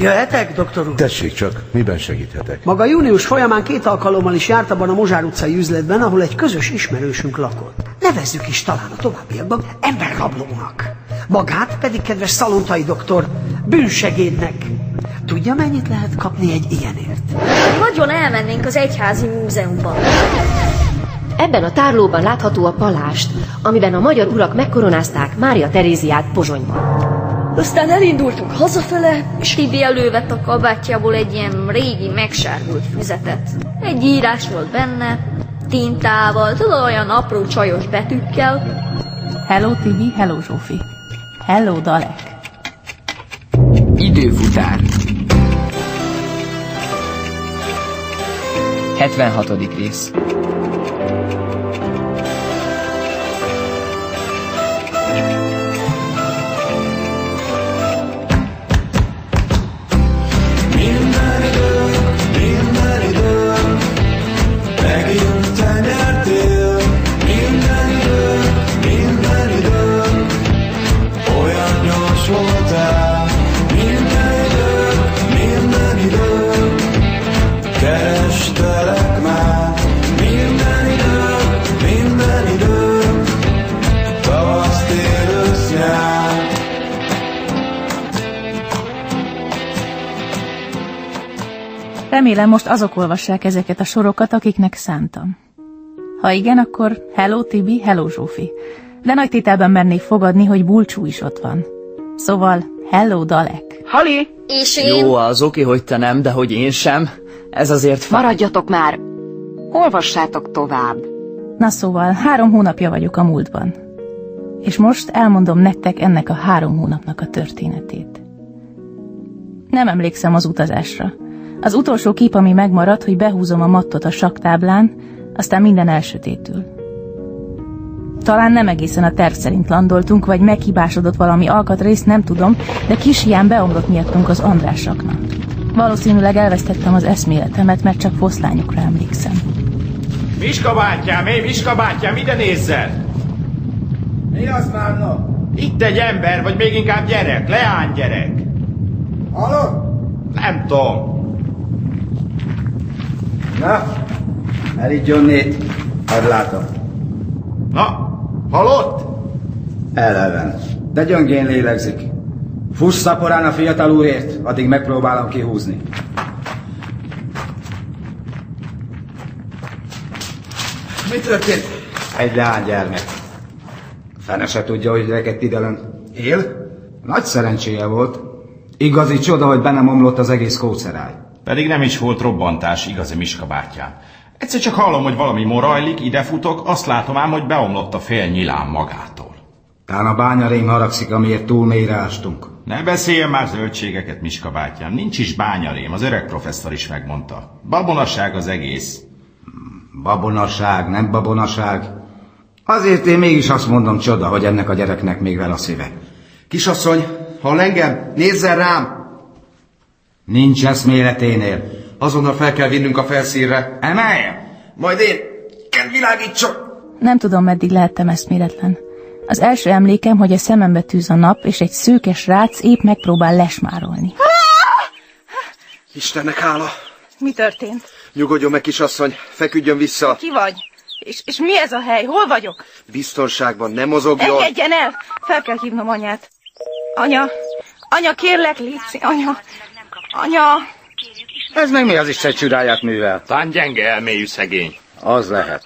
Jöhetek, doktor úr? Tessék csak, miben segíthetek? Maga június folyamán két alkalommal is járt abban a Mozsár utcai üzletben, ahol egy közös ismerősünk lakott. Nevezzük is talán a továbbiakban emberrablónak. Magát pedig kedves szalontai doktor, bűnsegédnek. Tudja, mennyit lehet kapni egy ilyenért? Nagyon elmennénk az egyházi múzeumban. Ebben a tárlóban látható a palást, amiben a magyar urak megkoronázták Mária Teréziát Pozsonyban. Aztán elindultunk hazafele, és Tibi elővett a kabátjából egy ilyen régi, megsárgult füzetet. Egy írás volt benne, tintával, tudod, olyan apró csajos betűkkel. Hello Tibi, hello Zsófi. Hello Dalek. Időfutár 76. rész Remélem most azok olvassák ezeket a sorokat, akiknek szántam. Ha igen, akkor hello Tibi, hello Zsófi. De nagy tételben mernék fogadni, hogy Bulcsú is ott van. Szóval, hello Dalek. Hali! És én... Jó, az oké, hogy te nem, de hogy én sem. Ez azért fa... Maradjatok már! Olvassátok tovább! Na szóval, három hónapja vagyok a múltban. És most elmondom nektek ennek a három hónapnak a történetét. Nem emlékszem az utazásra. Az utolsó kép, ami megmaradt, hogy behúzom a mattot a saktáblán, aztán minden elsötétül. Talán nem egészen a terv szerint landoltunk, vagy meghibásodott valami alkatrészt, nem tudom, de kis hián beomlott miattunk az Andrásaknak. Valószínűleg elvesztettem az eszméletemet, mert csak foszlányokra emlékszem. Miska bátyám, hé, Miska bátyám, ide nézzen! Mi az várna? Itt egy ember, vagy még inkább gyerek, leány gyerek. Hallod? Nem tudom. Na, elég Johnnét, hadd látom. Na, halott? Eleven. De gyöngén lélegzik. Fuss szaporán a fiatal úrért, addig megpróbálom kihúzni. Mi történt? Egy leánygyermek. Fene se tudja, hogy rekedt idelem. Él? Nagy szerencséje volt. Igazi csoda, hogy bennem omlott az egész kóceráj. Pedig nem is volt robbantás, igazi Miska bátyám. Egyszer csak hallom, hogy valami morajlik, idefutok, azt látom ám, hogy beomlott a fél nyilám magától. Tán a bányarém haragszik, amiért túl mélyre ástunk. Ne beszéljen már zöldségeket, Miska bátyám. Nincs is bányarém, az öreg professzor is megmondta. Babonaság az egész. Babonaság, nem babonaság. Azért én mégis azt mondom csoda, hogy ennek a gyereknek még vel a szíve. Kisasszony, hall engem? Nézzen rám! Nincs eszméleténél. Azonnal fel kell vinnünk a felszínre. Emelje! Majd én kell világítsak! Nem tudom, meddig lehettem eszméletlen. Az első emlékem, hogy a szemembe tűz a nap, és egy szőkes rác épp megpróbál lesmárolni. Istennek hála! Mi történt? Nyugodjon meg, kisasszony, feküdjön vissza. Ki vagy? És, és mi ez a hely? Hol vagyok? Biztonságban, ne mozogjon. Engedjen el! Fel kell hívnom anyát. Anya, anya, kérlek, Lici, anya, Anya! Ez meg mi az Isten csiráját művel? Tán gyenge elmélyű szegény. Az lehet.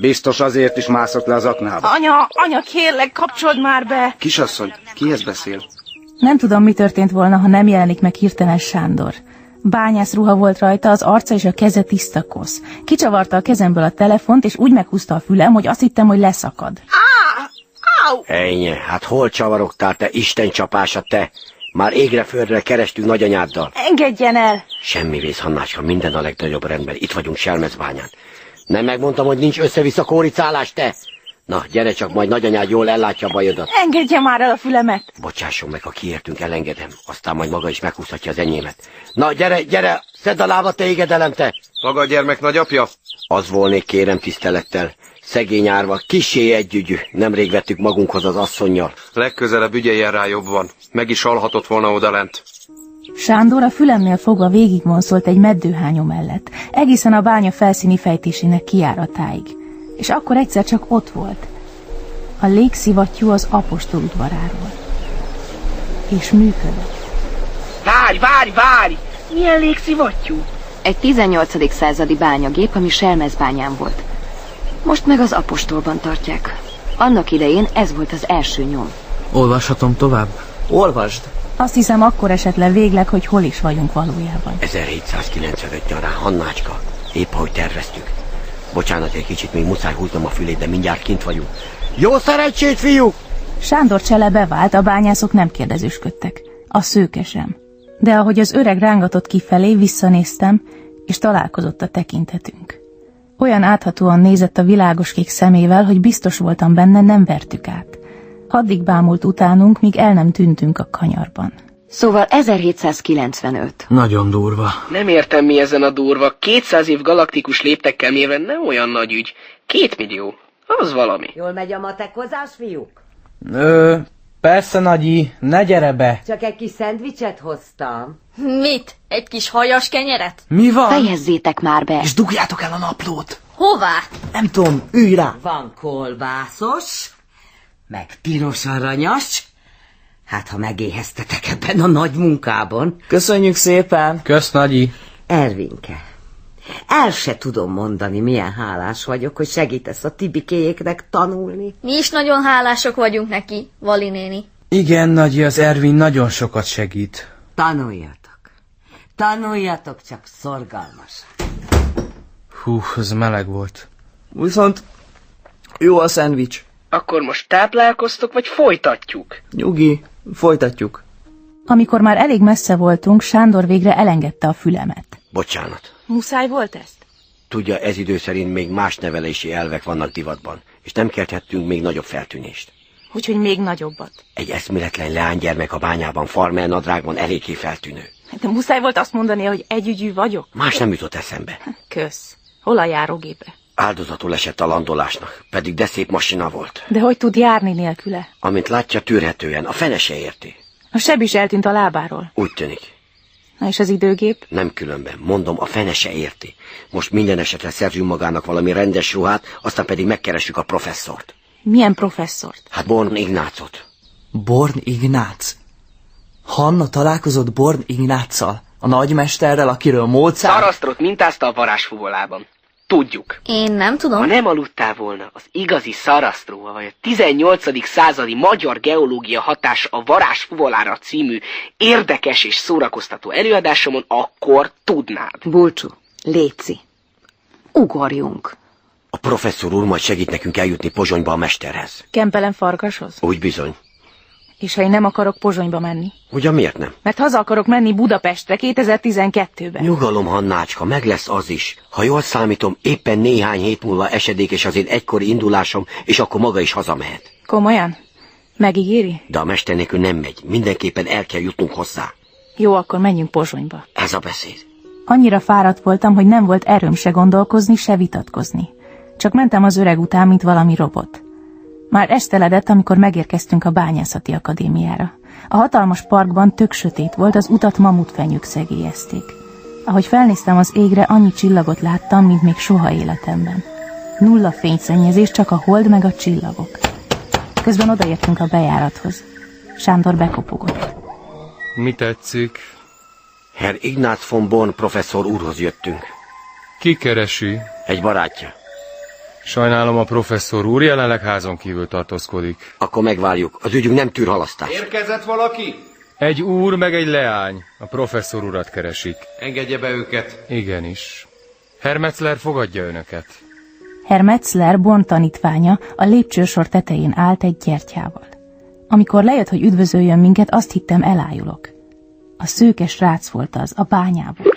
Biztos azért is mászott le az aknába. Anya, anya, kérlek, kapcsold már be! Kisasszony, kihez beszél? Nem tudom, mi történt volna, ha nem jelenik meg hirtelen Sándor. Bányász ruha volt rajta, az arca és a keze tiszta kosz. Kicsavarta a kezemből a telefont, és úgy meghúzta a fülem, hogy azt hittem, hogy leszakad. Á! Au! Ennyi, hát hol csavarogtál, te Isten csapása, te? Már égre földre kerestünk nagyanyáddal. Engedjen el! Semmi vész, Hannácska, minden a legnagyobb rendben. Itt vagyunk Selmezbányán. Nem megmondtam, hogy nincs össze-vissza kóricálás, te? Na, gyere csak, majd nagyanyád jól ellátja a bajodat. Engedje már el a fülemet! Bocsásson meg, ha kiértünk, elengedem. Aztán majd maga is meghúzhatja az enyémet. Na, gyere, gyere, szedd a lábat, te égedelem, te! Maga a gyermek nagyapja? Az volnék, kérem tisztelettel. Szegény árva, kisé együgyű. Nemrég vettük magunkhoz az asszonnyal. Legközelebb ügyeljen rá jobban. Meg is alhatott volna odalent. Sándor a fülemnél fogva végigmonszolt egy meddőhányó mellett, egészen a bánya felszíni fejtésének kiáratáig. És akkor egyszer csak ott volt. A légszivattyú az apostol udvaráról. És működött. Várj, várj, várj! Milyen légszivattyú? Egy 18. századi bányagép, ami Selmezbányán volt. Most meg az apostolban tartják. Annak idején ez volt az első nyom. Olvashatom tovább? Olvasd! Azt hiszem, akkor esett le végleg, hogy hol is vagyunk valójában. 1795 nyarán, Hannácska. Épp ahogy terveztük. Bocsánat, egy kicsit még muszáj húznom a fülét, de mindjárt kint vagyunk. Jó szerencsét, fiúk! Sándor csele bevált, a bányászok nem kérdezősködtek. A szőke sem. De ahogy az öreg rángatott kifelé, visszanéztem, és találkozott a tekintetünk. Olyan áthatóan nézett a világos kék szemével, hogy biztos voltam benne, nem vertük át. Addig bámult utánunk, míg el nem tűntünk a kanyarban. Szóval 1795. Nagyon durva. Nem értem mi ezen a durva. 200 év galaktikus léptekkel mérve nem olyan nagy ügy. Két millió. Az valami. Jól megy a matekozás, fiúk? Ö, persze, nagyi, ne gyere be! Csak egy kis szendvicset hoztam. Mit? Egy kis hajas kenyeret? Mi van? Fejezzétek már be! És dugjátok el a naplót! Hová? Nem tudom, ülj rá! Van kolbászos, meg piros aranyas. Hát, ha megéheztetek ebben a nagy munkában. Köszönjük szépen! Kösz, nagyi! Ervinke, el se tudom mondani, milyen hálás vagyok, hogy segítesz a tibikéjéknek tanulni. Mi is nagyon hálások vagyunk neki, Vali néni. Igen, Nagyi, az Ervin nagyon sokat segít. Tanuljatok. Tanuljatok csak szorgalmas. Hú, ez meleg volt. Viszont jó a szendvics. Akkor most táplálkoztok, vagy folytatjuk? Nyugi, folytatjuk. Amikor már elég messze voltunk, Sándor végre elengedte a fülemet. Bocsánat. Muszáj volt ezt? Tudja, ez idő szerint még más nevelési elvek vannak divatban, és nem kelthettünk még nagyobb feltűnést. Úgyhogy még nagyobbat. Egy eszméletlen leánygyermek a bányában, farmer nadrágban eléggé feltűnő. De muszáj volt azt mondani, hogy együgyű vagyok? Más nem jutott eszembe. Kösz. Hol a járógépe? Áldozatul esett a landolásnak, pedig de szép masina volt. De hogy tud járni nélküle? Amint látja, tűrhetően, a fene se érti. A seb is eltűnt a lábáról. Úgy tűnik. Na és az időgép? Nem különben, mondom, a fene se érti. Most minden esetre szerzünk magának valami rendes ruhát, aztán pedig megkeressük a professzort. Milyen professzort? Hát Born Ignácot. Born Ignác. Hanna találkozott Born Ignáccal, a nagymesterrel, akiről Mozart... Szarasztrot mintázta a varázsfúvolában. Tudjuk. Én nem Ha tudom. nem aludtál volna, az igazi szarasztróa, vagy a 18. századi magyar geológia hatása a Varázs fuvolára című érdekes és szórakoztató előadásomon, akkor tudnád. Bulcsú, Léci, ugorjunk. A professzor úr majd segít nekünk eljutni Pozsonyba a mesterhez. Kempelen farkashoz? Úgy bizony. És ha én nem akarok Pozsonyba menni? Ugyan miért nem? Mert haza akarok menni Budapestre 2012-ben. Nyugalom, Hannácska, meg lesz az is. Ha jól számítom, éppen néhány hét múlva esedékes az én egykori indulásom, és akkor maga is hazamehet. Komolyan? Megígéri? De a mester nélkül nem megy. Mindenképpen el kell jutnunk hozzá. Jó, akkor menjünk Pozsonyba. Ez a beszéd. Annyira fáradt voltam, hogy nem volt erőm se gondolkozni, se vitatkozni. Csak mentem az öreg után, mint valami robot. Már esteledett, amikor megérkeztünk a bányászati akadémiára. A hatalmas parkban tök sötét volt, az utat mamutfenyők szegélyezték. Ahogy felnéztem az égre, annyi csillagot láttam, mint még soha életemben. Nulla fényszennyezés, csak a hold meg a csillagok. Közben odaértünk a bejárathoz. Sándor bekopogott. Mi tetszik? Herr Ignác von Born professzor úrhoz jöttünk. Ki keresi? Egy barátja. Sajnálom, a professzor úr jelenleg házon kívül tartózkodik. Akkor megvárjuk. Az ügyünk nem tűr halasztást. Érkezett valaki? Egy úr meg egy leány. A professzor urat keresik. Engedje be őket. Igenis. Hermetzler fogadja önöket. Herr Metzler Bon tanítványa a lépcsősor tetején állt egy gyertyával. Amikor lejött, hogy üdvözöljön minket, azt hittem elájulok. A szőke srác volt az, a bányából.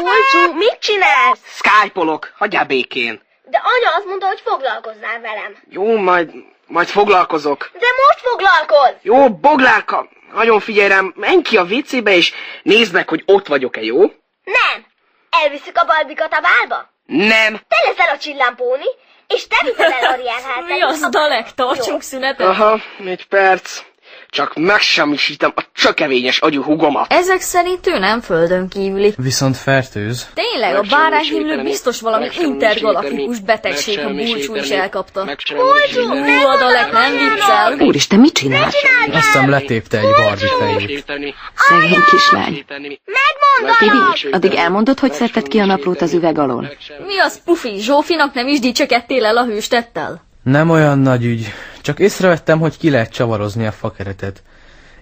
Bulcsú, mit csinálsz? Skype-olok, hagyjál békén. de anya azt mondta, hogy foglalkozzál velem. Jó, majd, majd foglalkozok. De most foglalkozz! Jó, boglárka, nagyon figyelj rám, menj ki a WC-be és nézd meg, hogy ott vagyok-e, jó? Nem! Elviszük a balbikat a bálba? Nem. Te leszel a csillámpóni, és te viszel el a riálházat. Mi az, Dalek? Tartsunk szünetet? Aha, egy perc. Csak megsemmisítem a csökevényes agyú hugomat. Ezek szerint ő nem földön kívüli. Viszont fertőz. Tényleg, a bárányhimlő biztos valami intergalaktikus betegség, ha Bulcsú is elkapta. Bulcsú, a Dalek nem viccel. Úristen, mit csinál? Aztán letépte egy barbi fejét. Szegény kislány. Megmondom! Tibi, addig elmondod, hogy szedted ki a naplót az üveg alól? Mi az, Pufi? Zsófinak nem is dicsekedtél el a hőstettel? Nem olyan nagy ügy. Csak észrevettem, hogy ki lehet csavarozni a fakeretet.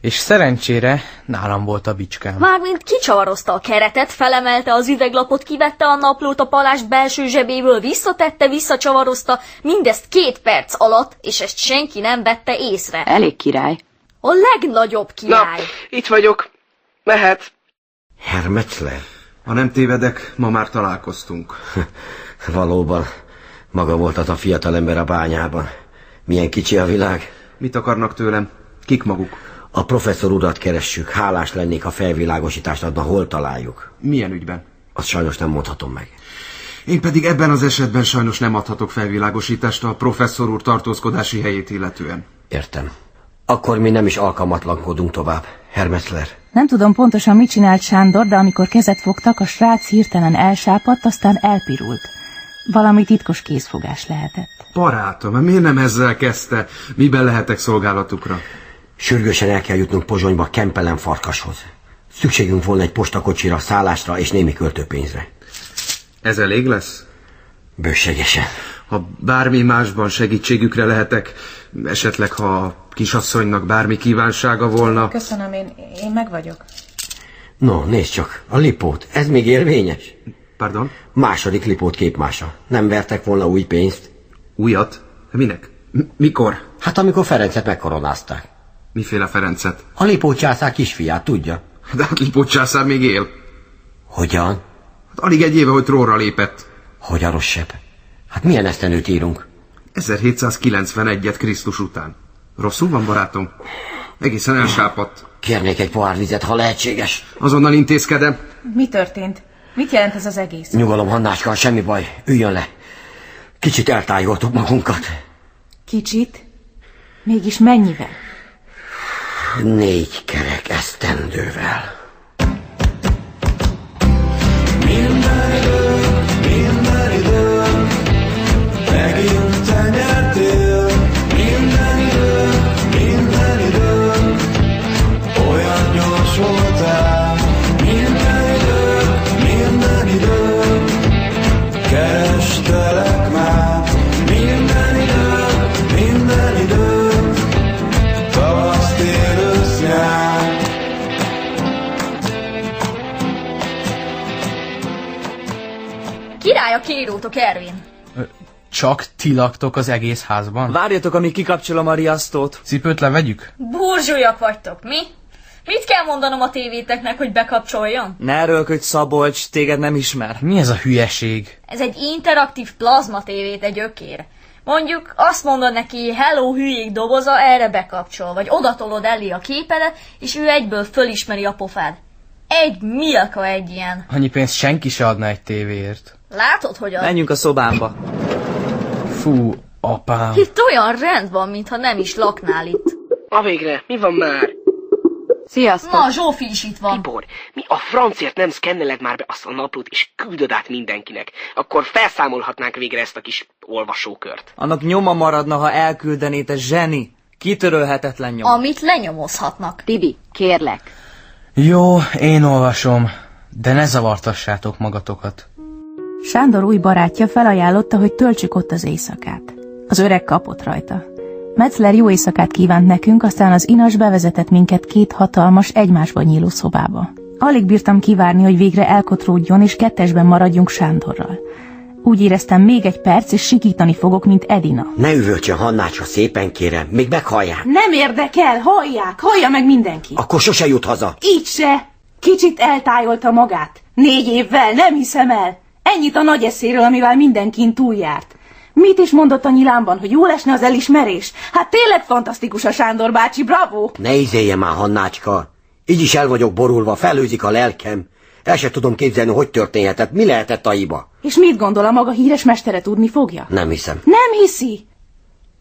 És szerencsére nálam volt a bicskám. Mármint kicsavarozta a keretet, felemelte az üveglapot, kivette a naplót a palás belső zsebéből, visszatette, visszacsavarozta, mindezt két perc alatt, és ezt senki nem vette észre. Elég király. A legnagyobb király. Itt vagyok. Mehet. Hermecle. Ha nem tévedek, ma már találkoztunk. Valóban, maga volt az a fiatalember a bányában. Milyen kicsi a világ? Mit akarnak tőlem? Kik maguk? A professzor urat keressük. Hálás lennék, ha felvilágosítást adna, hol találjuk. Milyen ügyben? Azt sajnos nem mondhatom meg. Én pedig ebben az esetben sajnos nem adhatok felvilágosítást a professzor úr tartózkodási helyét illetően. Értem. Akkor mi nem is alkalmatlankodunk tovább. Hermetzler. Nem tudom pontosan, mit csinált Sándor, de amikor kezet fogtak, a srác hirtelen elsápadt, aztán elpirult. Valami titkos kézfogás lehetett. Barátom, miért nem ezzel kezdte? Miben lehetek szolgálatukra? Sürgősen el kell jutnunk Pozsonyba Kempelen farkashoz. Szükségünk volna egy postakocsira, szállásra és némi költőpénzre. Ez elég lesz? Bőségesen. Ha bármi másban segítségükre lehetek, esetleg ha a kisasszonynak bármi kívánsága volna... Köszönöm, én, én meg vagyok. No, nézd csak, a lipót, ez még érvényes? Pardon? Második lipót képmása. Nem vertek volna új pénzt? Újat? Minek? M- mikor? Hát amikor Ferencet megkoronázták. Miféle Ferencet? A Lipót császár kisfiát, tudja? De hát Lipót császár még él. Hogyan? Hát alig egy éve, hogy trónra lépett. Hogy a rosszabb? Hát milyen esztenőt írunk? 1791-et Krisztus után. Rosszul van, barátom? Egészen elsápadt. Kérnék egy pohár vizet, ha lehetséges. Azonnal intézkedem. Mi történt? Mit jelent ez az egész? Nyugalom, Hannácska, semmi baj. Üljön le. Kicsit eltájoltuk magunkat. Kicsit? Mégis mennyivel? Négy kerek esztendővel. Minden idő, megint te nyertél. Minden idő, minden idő, olyan gyors voltál. Minden idő, minden idő, kerestelek már. Minden idő, minden idő, tavasz, tél, ősz, nyár. Király a kérótok, Ervin. Csak ti laktok az egész házban? Várjatok, amíg kikapcsolom a riasztót. Cipőt levegyük? Burzsújak vagytok, mi? Mit kell mondanom a tévéteknek, hogy bekapcsoljon? Ne erőlködj, Szabolcs, téged nem ismer. Mi ez a hülyeség? Ez egy interaktív plazma tévét egy ökér. Mondjuk azt mondod neki, hello hülyék doboza, erre bekapcsol, vagy odatolod elé a képedet, és ő egyből fölismeri a pofád. Egy milka egy ilyen. Annyi pénzt senki se adna egy tévéért. Látod, hogy a... Menjünk a szobámba. Fú, apám. Itt olyan rend van, mintha nem is laknál itt. A végre, mi van már? Sziasztok! Na, Zsófi is itt van. Bor, mi a francért nem szkenneled már be azt a naplót, és küldöd át mindenkinek? Akkor felszámolhatnánk végre ezt a kis olvasókört. Annak nyoma maradna, ha elküldenéd, ez zseni. Kitörölhetetlen nyoma. Amit lenyomozhatnak. Tibi, kérlek. Jó, én olvasom, de ne zavartassátok magatokat. Sándor új barátja felajánlotta, hogy töltsük ott az éjszakát. Az öreg kapott rajta. Metzler jó éjszakát kívánt nekünk, aztán az inas bevezetett minket két hatalmas, egymásba nyíló szobába. Alig bírtam kivárni, hogy végre elkotródjon, és kettesben maradjunk Sándorral. Úgy éreztem, még egy perc, és sikítani fogok, mint Edina. Ne üvöltsön, Hannácska, szépen kérem, még meghallják. Nem érdekel, hallják, hallja meg mindenki. Akkor sose jut haza. Így se. Kicsit eltájolta magát. Négy évvel, nem hiszem el. Ennyit a nagy eszéről, amivel mindenkin túljárt. Mit is mondott a nyilámban, hogy jó lesne az elismerés? Hát tényleg fantasztikus a Sándor bácsi, bravo! Ne izélje már, Hannácska! Így is el vagyok borulva, felőzik a lelkem. El se tudom képzelni, hogy történhetett, mi lehetett a hiba. És mit gondol, a maga híres mestere tudni fogja? Nem hiszem. Nem hiszi!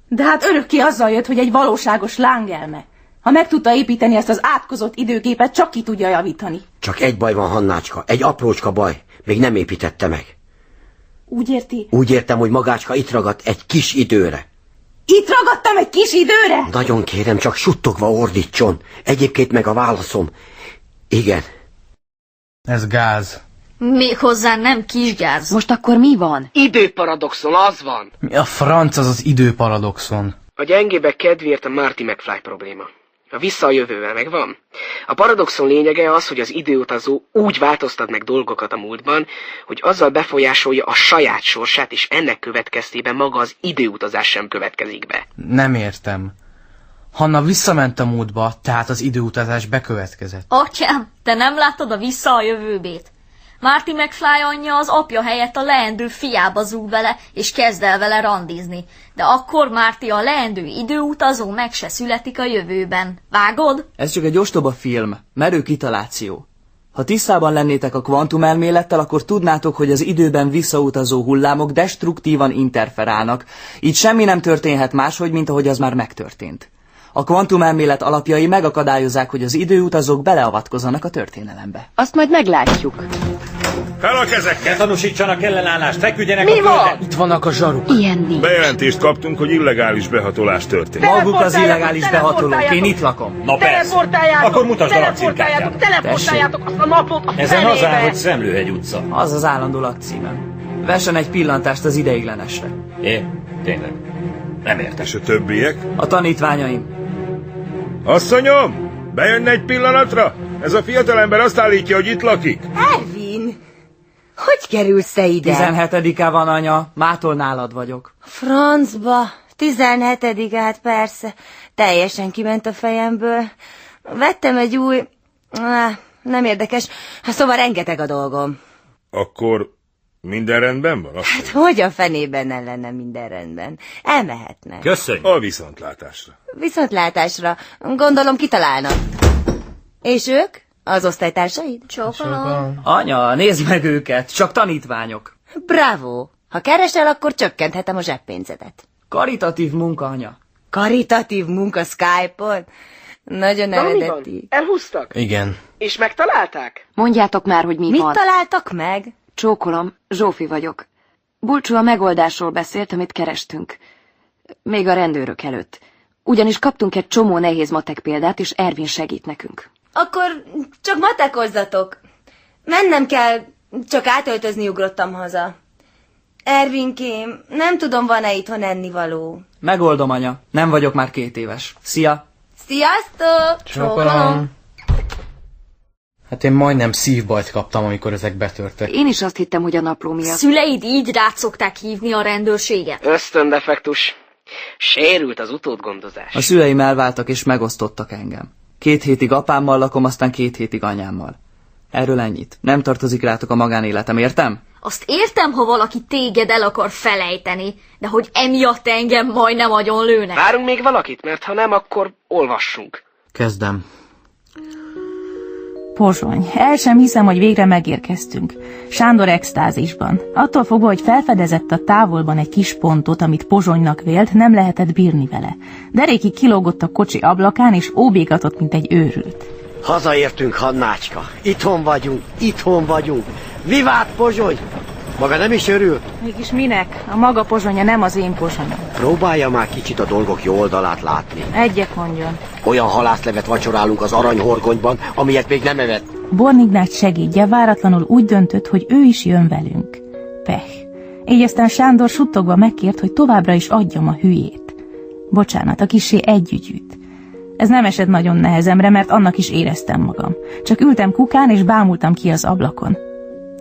De hát örökké azzal jött, hogy egy valóságos lángelme. Ha meg tudta építeni ezt az átkozott időgépet, csak ki tudja javítani. Csak egy baj van, Hannácska, egy aprócska baj. Még nem építette meg. Úgy érti? Úgy értem, hogy magácska itt ragadt egy kis időre. Itt ragadtam egy kis időre? Nagyon kérem, csak suttogva ordítson. Egyébként meg a válaszom. Igen. Ez gáz. Méghozzá nem kisgáz. Most akkor mi van? Időparadoxon az van. Mi a franc az az időparadoxon? A gyengébek kedvéért a Marty McFly probléma. A vissza a jövővel megvan. A paradoxon lényege az, hogy az időutazó úgy változtat meg dolgokat a múltban, hogy azzal befolyásolja a saját sorsát, és ennek következtében maga az időutazás sem következik be. Nem értem. Hanna visszament a múltba, tehát az időutazás bekövetkezett. Atyám, te nem láttad a vissza a jövőbét? Márti McFly anyja az apja helyett a leendő fiába zúg bele, és kezd el vele randizni. De akkor Márti a leendő időutazó meg se születik a jövőben. Vágod? Ez csak egy ostoba film, merő kitaláció. Ha tisztában lennétek a kvantumelmélettel, akkor tudnátok, hogy az időben visszautazó hullámok destruktívan interferálnak, így semmi nem történhet máshogy, mint ahogy az már megtörtént. A kvantumelmélet alapjai megakadályozzák, hogy az időutazók beleavatkozzanak a történelembe. Azt majd meglátjuk. Fel a kezekkel! Tanúsítsanak ellenállást, feküdjenek Mi van? Itt vannak a zsaruk. Ilyen nincs. Bejelentést kaptunk, hogy illegális behatolás történt. Maguk az illegális behatolók, én itt lakom. Na persze. Teleportáljátok! Akkor mutasd a teleportáljátok, lakcímkártyát. teleportáljátok azt a naplót a Ezen fenébe. hazám, hogy Szemlőhegy utca. Az az állandó lakcímem. Vessen egy pillantást az ideiglenesre. É, tényleg. Nem értem. És a többiek? A tanítványaim. Asszonyom, bejönne egy pillanatra? Ez a fiatalember azt állítja, hogy itt lakik. Elvin! Hogy kerülsz te ide? 17-e van, anya. Mától nálad vagyok. Francba. 17 át persze. Teljesen kiment a fejemből. Vettem egy új... Á, Nem érdekes. Szóval rengeteg a dolgom. Hát, Akkor minden rendben Hát, van? Asszony? Hogy a fenében ne lenne minden rendben? Elmehetnek. Köszönjük. A viszontlátásra. Viszontlátásra. Gondolom kitalálnak. És ők? Az osztálytársaid? Csókolom. Anya, nézd meg őket, csak tanítványok. Bravo! Ha keresel, akkor csökkenthetem a zseppénzedet. Karitatív munka, anya. Karitatív munka Skype-on? Nagyon Na, mi eredeti. van? Elhúztak? Igen. És megtalálták? Mondjátok már, hogy mi Mit van. találtak meg? Csókolom, Zsófi vagyok. Bulcsú a megoldásról beszélt, amit kerestünk. Még a rendőrök előtt. Ugyanis kaptunk egy csomó nehéz matek példát, és Ervin segít nekünk. Akkor csak matekozzatok. Mennem kell, csak átöltözni ugrottam haza. Ervinkém, nem tudom, van-e itthon ennivaló. Megoldom, anya. Nem vagyok már két éves. Szia! Sziasztok! Hát én majdnem szívbajt kaptam, amikor ezek betörtek. Én is azt hittem, hogy a napló miatt. Szüleid így rád szokták hívni a rendőrséget. Ösztöndefektus. Sérült az utódgondozás. A szüleim elváltak és megosztottak engem. Két hétig apámmal lakom, aztán két hétig anyámmal. Erről ennyit. Nem tartozik rátok a magánéletem, értem? Azt értem, ha valaki téged el akar felejteni, de hogy emiatt engem majdnem agyon lőnek. Várunk még valakit, mert ha nem, akkor olvassunk. Kezdem. Pozsony, el sem hiszem, hogy végre megérkeztünk. Sándor extázisban. Attól fogva, hogy felfedezett a távolban egy kis pontot, amit Pozsonynak vélt, nem lehetett bírni vele. Derékig kilógott a kocsi ablakán, és óbégatott, mint egy őrült. Hazaértünk, Hannácska. Itthon vagyunk, itthon vagyunk. Vivát Pozsony! Maga nem is örül? Mégis minek? A maga pozsonya nem az én pozsonyom. Próbálja már kicsit a dolgok jó oldalát látni. Egyet mondjon. Olyan halászlevet vacsorálunk az aranyhorgonyban, amilyet még nem evett. Bornignát segédje váratlanul úgy döntött, hogy ő is jön velünk. Pech. Így aztán Sándor suttogva megkért, hogy továbbra is adjam a hülyét. Bocsánat, a kisé együgyűt. Ez nem esett nagyon nehezemre, mert annak is éreztem magam. Csak ültem kukán, és bámultam ki az ablakon.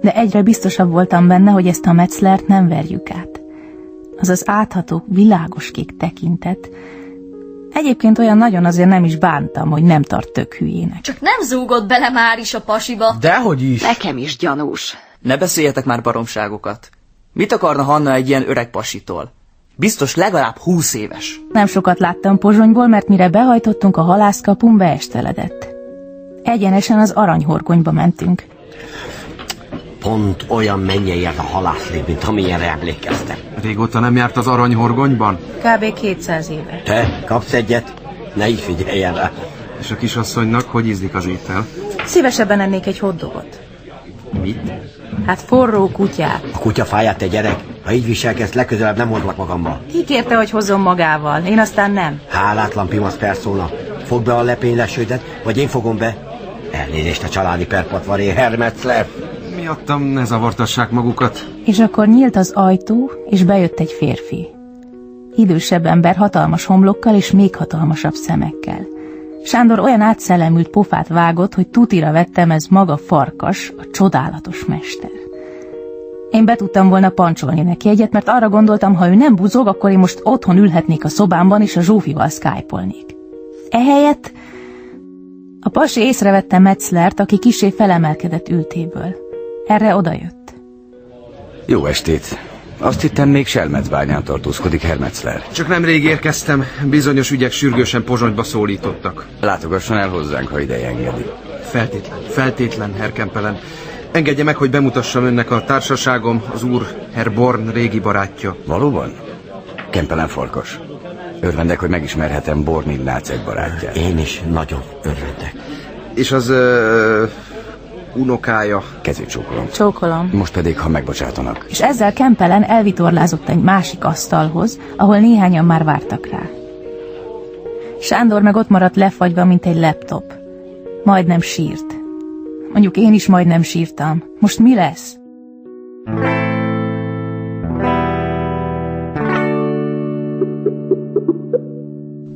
De egyre biztosabb voltam benne, hogy ezt a Metzlert nem verjük át. Az az átható, világos kék tekintet. Egyébként olyan nagyon azért nem is bántam, hogy nem tart tök hülyének. Csak nem zúgott bele már is a pasiba. Dehogy is! Nekem is gyanús. Ne beszéljetek már baromságokat. Mit akarna Hanna egy ilyen öreg pasitól? Biztos legalább 20 éves. Nem sokat láttam Pozsonyból, mert mire behajtottunk a halászkapun, beesteledett. Egyenesen az aranyhorgonyba mentünk. Pont olyan mennyei ez a halászlé, mint amilyenre emlékeztem. Régóta nem járt az aranyhorgonyban? Kb. 200 éve. Te kapsz egyet? Ne így figyeljen rá. És a kisasszonynak hogy ízlik az étel? Szívesebben ennék egy hoddogot. Mit? Hát forró kutyát. A kutya fáját te gyerek? Ha így viselkedsz, legközelebb nem hozlak magammal. Kikérte, hogy hozom magával. Én aztán nem. Hálátlan pimasz perszóna. Fogd be a lepénylesődet, vagy én fogom be. Elnézést a családi perpatvaré, Hermetzler. Miattam ne zavartassák magukat. És akkor nyílt az ajtó, és bejött egy férfi. Idősebb ember hatalmas homlokkal és még hatalmasabb szemekkel. Sándor olyan átszellemült pofát vágott, hogy tutira vettem ez maga farkas, a csodálatos mester. Én be tudtam volna pancsolni neki egyet, mert arra gondoltam, ha ő nem buzog, akkor én most otthon ülhetnék a szobámban, és a Zsófival skypolnék. Ehelyett a pasi észrevette Metzlert, aki kisé felemelkedett ültéből. Erre odajött. Jó estét. Azt hittem, még Selmecbányán tartózkodik Hermetzler. Csak nemrég érkeztem, bizonyos ügyek sürgősen Pozsonyba szólítottak. Látogasson el hozzánk, ha ideje engedi. Feltétlen, feltétlen, Herkempelen. Engedje meg, hogy bemutassam önnek a társaságom, az úr Herborn régi barátja. Valóban? Kempelen farkas. Örvendek, hogy megismerhetem Born Ignác egy barátját. Én is nagyon örvendek. És az ö, unokája. Kezét csókolom. Csókolom. Most pedig, ha megbocsátanak. És ezzel Kempelen elvitorlázott egy másik asztalhoz, ahol néhányan már vártak rá. Sándor meg ott maradt lefagyva, mint egy laptop. Majdnem sírt. Mondjuk én is majdnem sírtam. Most mi lesz?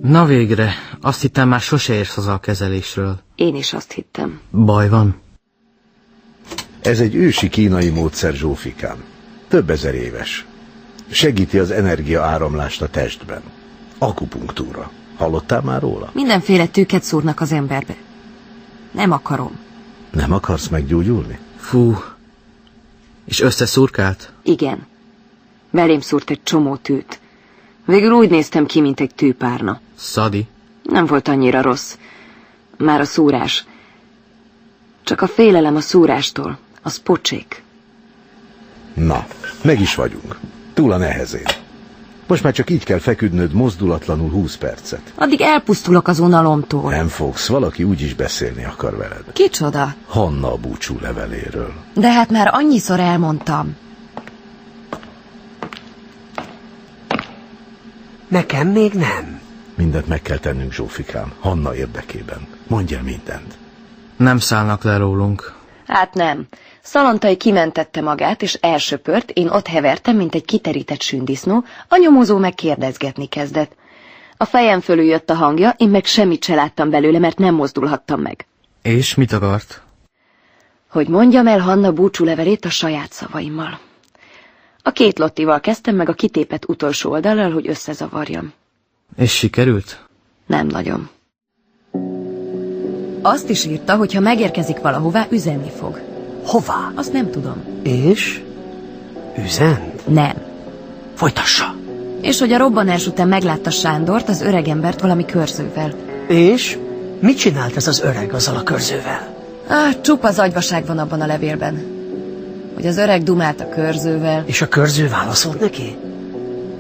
Na végre, azt hittem már sose érsz haza a kezelésről. Én is azt hittem. Baj van. Ez egy ősi kínai módszer zsófikám. Több ezer éves. Segíti az energia áramlást a testben. Akupunktúra. Hallottál már róla? Mindenféle tüket szúrnak az emberbe. Nem akarom. Nem akarsz meggyógyulni? Fú. És összeszurkált? Igen. Belém szúrt egy csomó tűt. Végül úgy néztem ki, mint egy tűpárna. Szadi. Nem volt annyira rossz. Már a szúrás. Csak a félelem a szúrástól. Az pocsék. Na, meg is vagyunk. Túl a nehezén. Most már csak így kell feküdnöd mozdulatlanul 20 percet. Addig elpusztulok az unalomtól. Nem fogsz, valaki úgy is beszélni akar veled. Kicsoda? Hanna a búcsú leveléről. De hát már annyiszor elmondtam. Nekem még nem. Mindent meg kell tennünk, Zsófikám, Hanna érdekében. Mondj el mindent. Nem szállnak le rólunk. Hát nem. Szalontai kimentette magát, és elsöpört, én ott hevertem, mint egy kiterített sündisznó, a nyomozó meg kérdezgetni kezdett. A fejem fölül jött a hangja, én meg semmit se láttam belőle, mert nem mozdulhattam meg. És mit akart? Hogy mondjam el Hanna búcsú levelét a saját szavaimmal. A két lottival kezdtem meg a kitépet utolsó oldalral, hogy összezavarjam. És sikerült? Nem nagyon. Azt is írta, hogy ha megérkezik valahová, üzenni fog. Hová? Azt nem tudom. És? Üzent? Nem. Folytassa. És hogy a robbanás után meglátta Sándort, az öregembert valami körzővel. És? Mit csinált ez az öreg azzal a körzővel? Ah, csupa zagyvaság van abban a levélben. Hogy az öreg dumált a körzővel. És a körző válaszolt neki?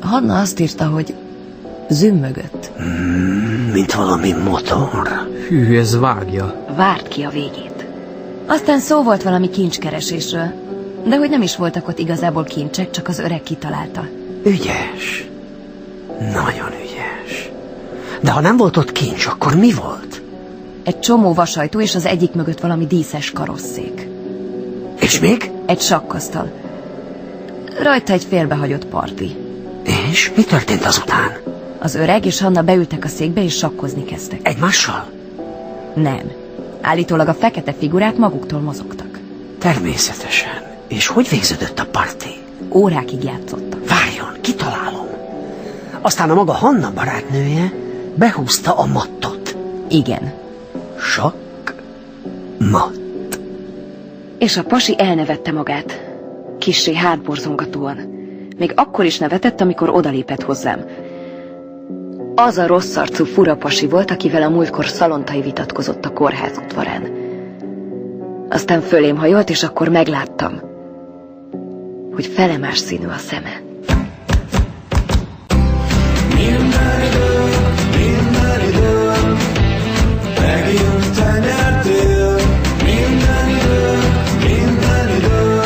Hanna azt írta, hogy zümmögött. Mm, mint valami motor. Hű, ez vágja. Várt ki a végét. Aztán szó volt valami kincskeresésről, de hogy nem is voltak ott igazából kincsek, csak az öreg kitalálta. Ügyes. Nagyon ügyes. De ha nem volt ott kincs, akkor mi volt? Egy csomó vasajtó és az egyik mögött valami díszes karosszék. És még? Egy sakkasztal. Rajta egy félbehagyott parti. És mi történt azután? Az öreg és Hanna beültek a székbe és sakkozni kezdtek. Egymással? Nem. Állítólag a fekete figurák maguktól mozogtak. Természetesen. És hogy végződött a parti? Órákig játszottak. Várjon, kitalálom. Aztán a maga Hanna barátnője behúzta a mattot. Igen. Sakk, mat. És a pasi elnevette magát. Kissé hátborzongatóan. Még akkor is nevetett, amikor odalépett hozzám. Az a rossz arcú furapasi volt, akivel a múltkor szalontai vitatkozott a kórház udvarán. Aztán fölém hajolt, és akkor megláttam, hogy felemás színű a szeme. Minden idő, megint te nyertél. Minden idő, minden idő,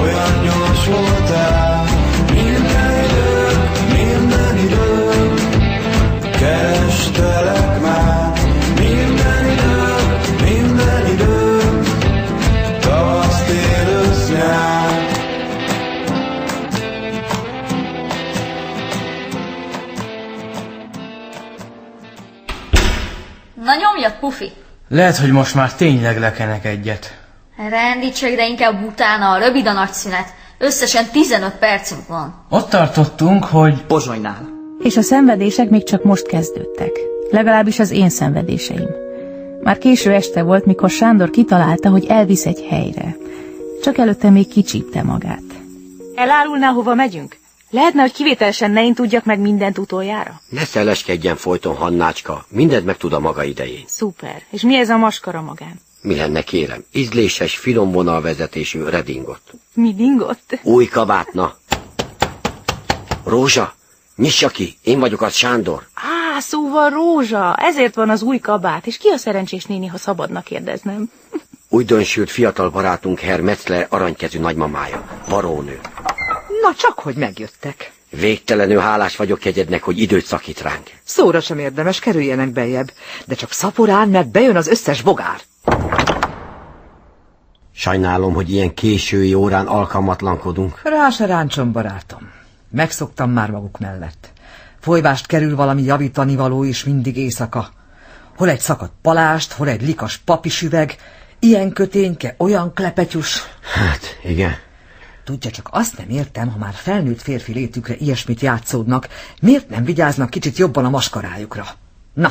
olyan gyors voltál. Minden idő, minden idő, kerestelek már. Minden idő, minden idő, tavasz, tél, ősz, nyár. Na nyomjad, Pufi! Lehet, hogy most már tényleg lekenek egyet. Rendítségre inkább utána, rövid a nagy szünet. Összesen 15 percünk van. Ott tartottunk, hogy... Pozsonynál. És a szenvedések még csak most kezdődtek. Legalábbis az én szenvedéseim. Már késő este volt, mikor Sándor kitalálta, hogy elvisz egy helyre. Csak előtte még kicsípte magát. Elárulná, hova megyünk? Lehetne, hogy kivételesen ne én tudjak meg mindent utoljára? Ne szeleskedjen folyton, Hannácska, mindent megtud a maga idején. Szuper. És mi ez a maskara magán? Mi lenne kérem? Ízléses, finom vonalvezetésű redingot. Mi dingott? Új kabátna. Rózsa, nyissa ki, én vagyok az Sándor. Á, szóval Rózsa, ezért van az új kabát, és ki a szerencsés néni, ha szabadnak kérdeznem? Újdonsült fiatal barátunk Herr Metzler aranykezű nagymamája, varónő. Na, csak hogy megjöttek. Végtelenül hálás vagyok kegyednek, hogy időt szakít ránk. Szóra sem érdemes, kerüljenek beljebb. De csak szaporán, mert bejön az összes bogár. Sajnálom, hogy ilyen késői órán alkalmatlankodunk. Rá se ráncsom, barátom. Megszoktam már maguk mellett. Folyvást kerül valami javítani való is mindig éjszaka. Hol egy szakadt palást, hol egy likas papisüveg, ilyen kötényke, olyan klepetyus. Hát, igen. Tudja, csak azt nem értem, ha már felnőtt férfi létükre ilyesmit játszódnak, miért nem vigyáznak kicsit jobban a maskarájukra? Na,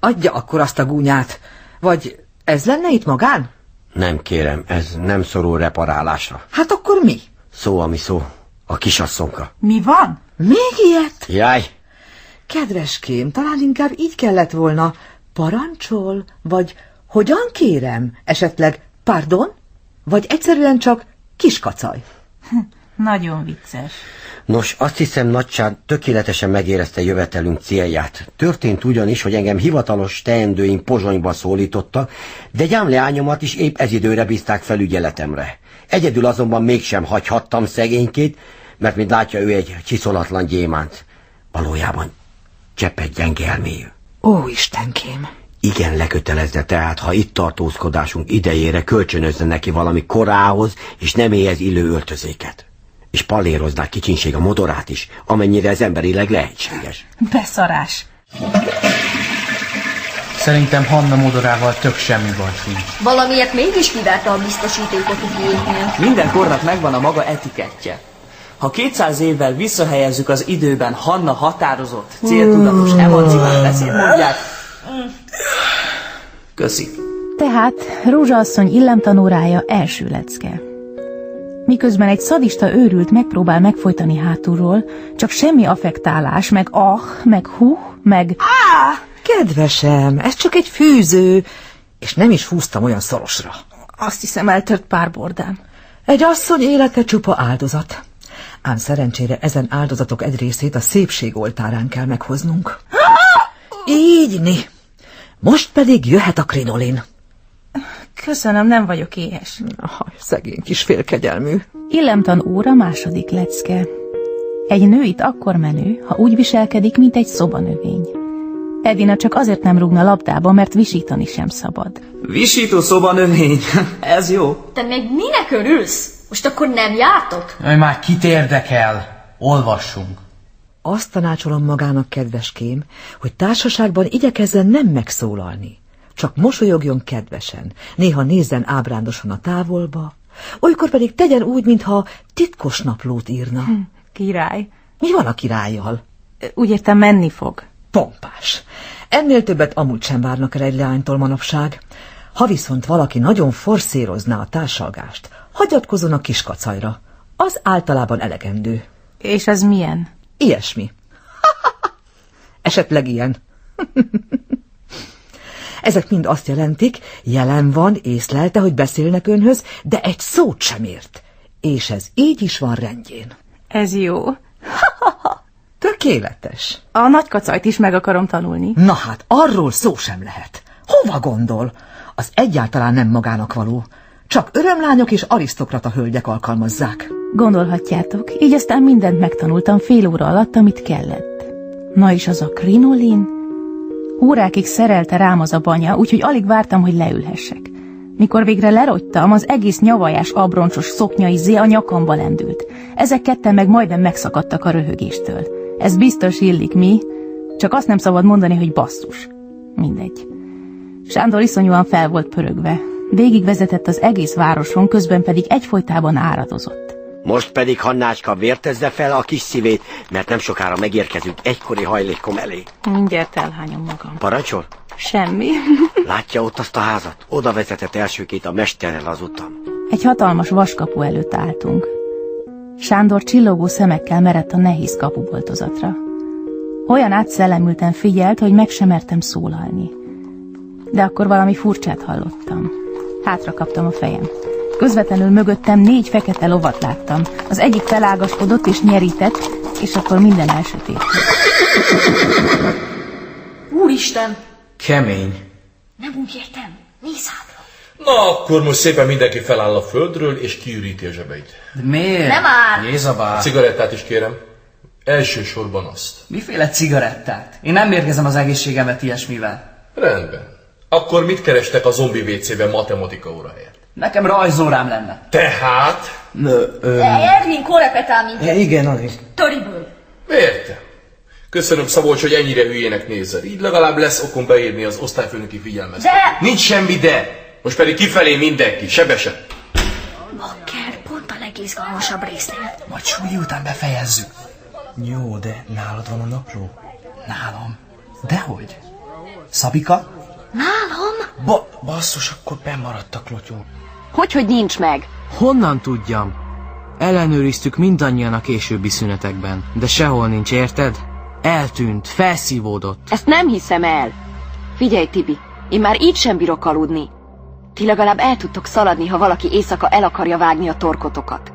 adja akkor azt a gúnyát, vagy ez lenne itt magán? Nem kérem, ez nem szorul reparálásra. Hát akkor mi? Szó, ami szó. A kisasszonka. Mi van? Még ilyet? Jaj, Kedveském, talán inkább így kellett volna. Parancsol, vagy hogyan kérem? Esetleg pardon? Vagy egyszerűen csak kiskacaj? Nagyon vicces. Nos, azt hiszem Nagycsán tökéletesen megérezte jövetelünk célját. Történt ugyanis, hogy engem hivatalos teendőim pozsonyba szólította, de gyámleányomat is épp ez időre bízták felügyeletemre. Egyedül azonban mégsem hagyhattam szegénykét, mert mint látja ő egy csiszolatlan gyémánt. Valójában cseppet gyenge elmélyű. Ó, Istenkém! Igen lekötelezne tehát, ha itt tartózkodásunk idejére kölcsönözne neki valami korához, és nem éhez illő öltözéket. És palléroznák kicsinség a modorát is, amennyire ez emberileg lehetséges. Beszarás. Szerintem Hanna modorával tök semmi baj sincs. Valamiért mégis kiverte a biztosítékot ügyéknél. Minden kornak megvan a maga etikettje. Ha 200 évvel visszahelyezzük az időben Hanna határozott, céltudatos, emancipált beszédmódját... Köszi. Tehát Rózsa asszony illemtanórája első lecke. Miközben egy szadista őrült megpróbál megfojtani hátulról, csak semmi affektálás, meg ah, meg hú, meg... Á, kedvesem, ez csak egy fűző, és nem is húztam olyan szorosra. Azt hiszem eltört pár bordám. Egy asszony élete csupa áldozat. Ám szerencsére ezen áldozatok egy részét a szépség oltárán kell meghoznunk. Így, ni. Most pedig jöhet a krinolin. Köszönöm, nem vagyok éhes. Aj, szegény kis félkegyelmű. Illemtan óra második lecke. Egy nő itt akkor menő, ha úgy viselkedik, mint egy szobanövény. Edina csak azért nem rúgna labdába, mert visítani sem szabad. Visító szobanövény. Ez jó. Te még minek örülsz? Most akkor nem jártok? Jaj, már kit érdekel? Olvassunk. Azt tanácsolom magának, kedveském, hogy társaságban igyekezzen nem megszólalni. Csak mosolyogjon kedvesen, néha nézzen ábrándosan a távolba, olykor pedig tegyen úgy, mintha titkos naplót írna. Hm, Király. Mi van a királlyal? Úgy értem, menni fog. Pompás. Ennél többet amúgy sem várnak el egy leánytól manapság. Ha viszont valaki nagyon forszírozná a társalgást, hagyatkozon a kiskacajra. az általában elegendő. És az milyen? Ilyesmi. Esetleg ilyen. Ezek mind azt jelentik, jelen van, észlelte, hogy beszélnek önhöz, de egy szót sem ért. És ez így is van rendjén. Ez jó. Tökéletes. A nagy kacajt is meg akarom tanulni. Na hát, arról szó sem lehet. Hova gondol? Az egyáltalán nem magának való. Csak örömlányok és arisztokrata hölgyek alkalmazzák. Gondolhatjátok, így aztán mindent megtanultam fél óra alatt, amit kellett. Na és az a krinolin? Órákig szerelte rám az a banya, úgyhogy alig vártam, hogy leülhessek. Mikor végre lerogytam, az egész nyavajás abroncsos szoknyai zé a nyakamba lendült. Ezek ketten meg majdnem megszakadtak a röhögéstől. Ez biztos illik mi, csak azt nem szabad mondani, hogy basszus. Mindegy. Sándor iszonyúan fel volt pörögve. Végigvezetett az egész városon, közben pedig egyfolytában áradozott. Most pedig Hannácska vértezze fel a kis szívét, mert nem sokára megérkezünk egykori hajlékom elé. Mindjárt elhányom magam. Parancsol? Semmi. Látja ott azt a házat? Oda vezetett elsőként a mesterrel az utam. Egy hatalmas vaskapu előtt álltunk. Sándor csillogó szemekkel merett a nehéz kapuboltozatra. Olyan átszellemülten figyelt, hogy meg sem mertem szólalni. De akkor valami furcsát hallottam. Hátra kaptam a fejem. Közvetlenül mögöttem négy fekete lovat láttam. Az egyik felágasodott és nyerített, és akkor minden elsötét. Úristen! Kemény. Nem úgy értem. Nézz hátra. Na, akkor most szépen mindenki feláll a földről, és kiüríti a zsebeit. De miért? Nem áll. Jézabá. A cigarettát is kérem. Elsősorban azt. Miféle cigarettát? Én nem mérgezem az egészségemet ilyesmivel. Rendben. Akkor mit kerestek a zombi WC-ben matematika óra helyett? Nekem rajzórám lenne. Tehát? Nö, ö... Ervin korepetál minket. Igen, alig. Töriből. Értem. Köszönöm Szabolcs, hogy ennyire hülyének nézel. Így legalább lesz okom beírni az osztályfőnöki figyelmeztetőt. De- Nincs semmi de! Most pedig kifelé mindenki, sebesen! Bakker, pont a legizgalmasabb résznél. Majd súlyi után befejezzük. Jó, de nálad van a napló? Nálam. Dehogy? Szabika? Nálam? Ba- basszus, akkor bemaradt a klotyó. Hogy, hogy nincs meg? Honnan tudjam? Ellenőriztük mindannyian a későbbi szünetekben, de sehol nincs, érted? Eltűnt, felszívódott. Ezt nem hiszem el. Figyelj, Tibi, én már így sem bírok aludni. Ti legalább el tudtok szaladni, ha valaki éjszaka el akarja vágni a torkotokat.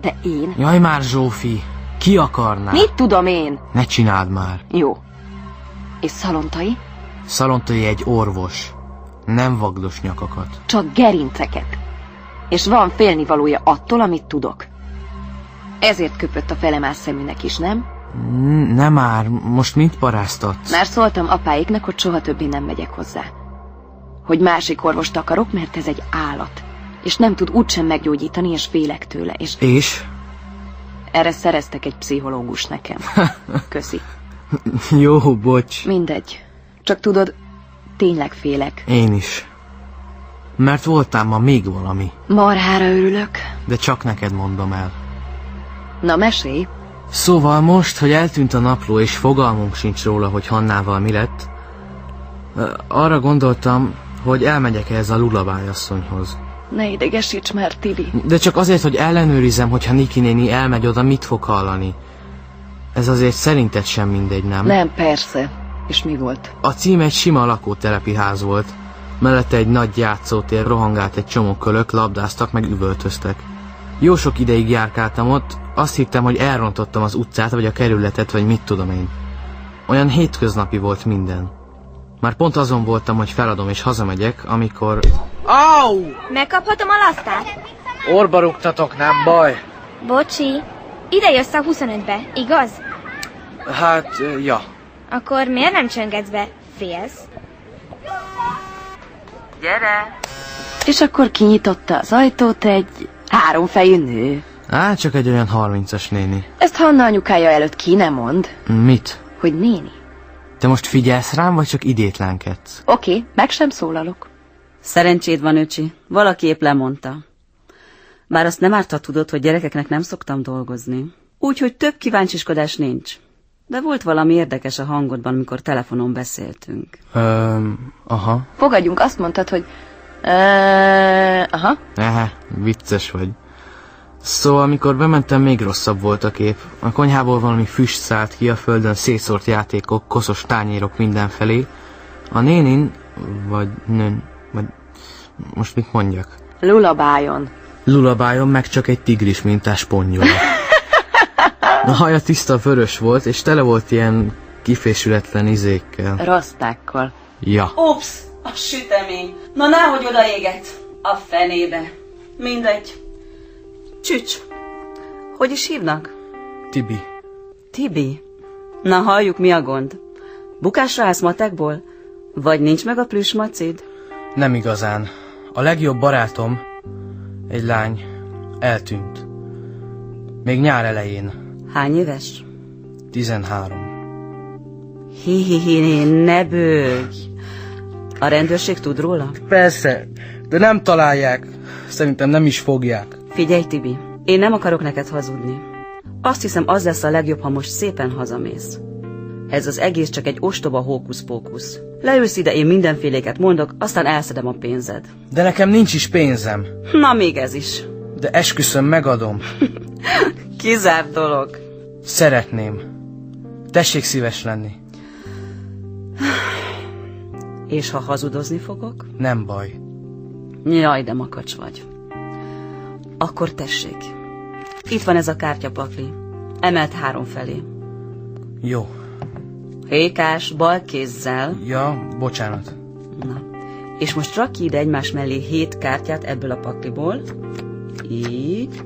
De én? Jaj már, Zsófi, ki akarná? Mit tudom én? Ne csináld már. Jó. És szalontai? Szalontai egy orvos. Nem vagdos nyakakat. Csak gerinceket. És van félnivalója attól, amit tudok. Ezért köpött a felemás szeműnek is, nem? N- Nem már, most mit paráztat? Már szóltam apáiknak, hogy soha többé nem megyek hozzá. Hogy másik orvost akarok, mert ez egy állat. És nem tud úgysem meggyógyítani, és félek tőle. És És? erre szereztek egy pszichológus nekem. Köszi. Jó, bocs. Mindegy. Csak tudod, tényleg félek. Én is. Mert voltál ma még valami, Marhára örülök. de csak neked mondom el. Na, mesélj. Szóval most, hogy eltűnt a napló, és fogalmunk sincs róla, hogy Hannával mi lett, ö, arra gondoltam, hogy elmegyek ehhez a lulabály asszonyhoz. Ne idegesíts már, Tibi. De csak azért, hogy ellenőrizem, hogyha Niki néni elmegy oda, mit fog hallani. Ez azért szerinted sem mindegy, nem? Nem, persze. És mi volt? A cím egy sima lakótelepi ház volt. Mellette egy nagy játszótér, rohangált egy csomó kölök, labdáztak, meg üvöltöztek. Jó sok ideig járkáltam ott, azt hittem, hogy elrontottam az utcát, vagy a kerületet, vagy mit tudom én. Olyan hétköznapi volt minden. Már pont azon voltam, hogy feladom és hazamegyek, amikor... Au! Megkaphatom a lasztát? Orba rúgtatok, nem baj. Bocsi. Ide jössz a 25-be, igaz? Hát, ja. Akkor miért nem csöngetsz be? Félsz? Gyere! És akkor kinyitotta az ajtót egy háromfejű nő. Á, csak egy olyan 30-as néni. Ezt Hanna anyukája előtt ki nem mond, Mit? hogy néni. Te most figyelsz rám, vagy csak idétlenkedsz? Oké, meg sem szólalok. Szerencséd van, öcsi. Valaki épp lemondta. Bár azt nem árt, ha tudod, hogy gyerekeknek nem szoktam dolgozni. Úgyhogy több kíváncsiskodás nincs. De volt valami érdekes a hangodban, amikor telefonon beszéltünk. Öm, aha. Fogadjunk, azt mondtad, hogy... Ö, aha. Ehe, vicces vagy. Szóval, amikor bementem, még rosszabb volt a kép. A konyhából valami füst szállt ki, a földön szétszórt játékok, koszos tányérok mindenfelé. A nénin, vagy nőn, vagy most mit mondjak? Lulabájon. Lulabájon meg csak egy tigris mintás ponnyol. A haja tiszta vörös volt, és tele volt ilyen kifésületlen izékkel. Rasztákkal. Ja. Ups, a sütemény. Na nehogy odaéget. A fenébe. Mindegy. Csücs. Hogy is hívnak? Tibi. Tibi. Na halljuk, mi a gond. Bukásra állsz matekból? Vagy nincs meg a plüsmacid? Nem igazán. A legjobb barátom, egy lány, eltűnt. Még nyár elején, Hány éves? 13. Hi, hi, hi, né, ne bőgj. A rendőrség tud róla? Persze, de nem találják. Szerintem nem is fogják. Figyelj, Tibi, én nem akarok neked hazudni. Azt hiszem, az lesz a legjobb, ha most szépen hazamész. Ez az egész csak egy ostoba hókusz-pókusz. Leülsz ide, én mindenféléket mondok, aztán elszedem a pénzed. De nekem nincs is pénzem. Na, még ez is. De esküszöm, megadom. Kizárt dolog. Szeretném. Tessék szíves lenni. És ha hazudozni fogok? Nem baj. Jaj, de makacs vagy. Akkor tessék. Itt van ez a kártyapakli. Emelt három felé. Jó. Hékás, bal kézzel, Ja, bocsánat. és most rak ki ide egymás mellé hét kártyát ebből a pakliból. Így.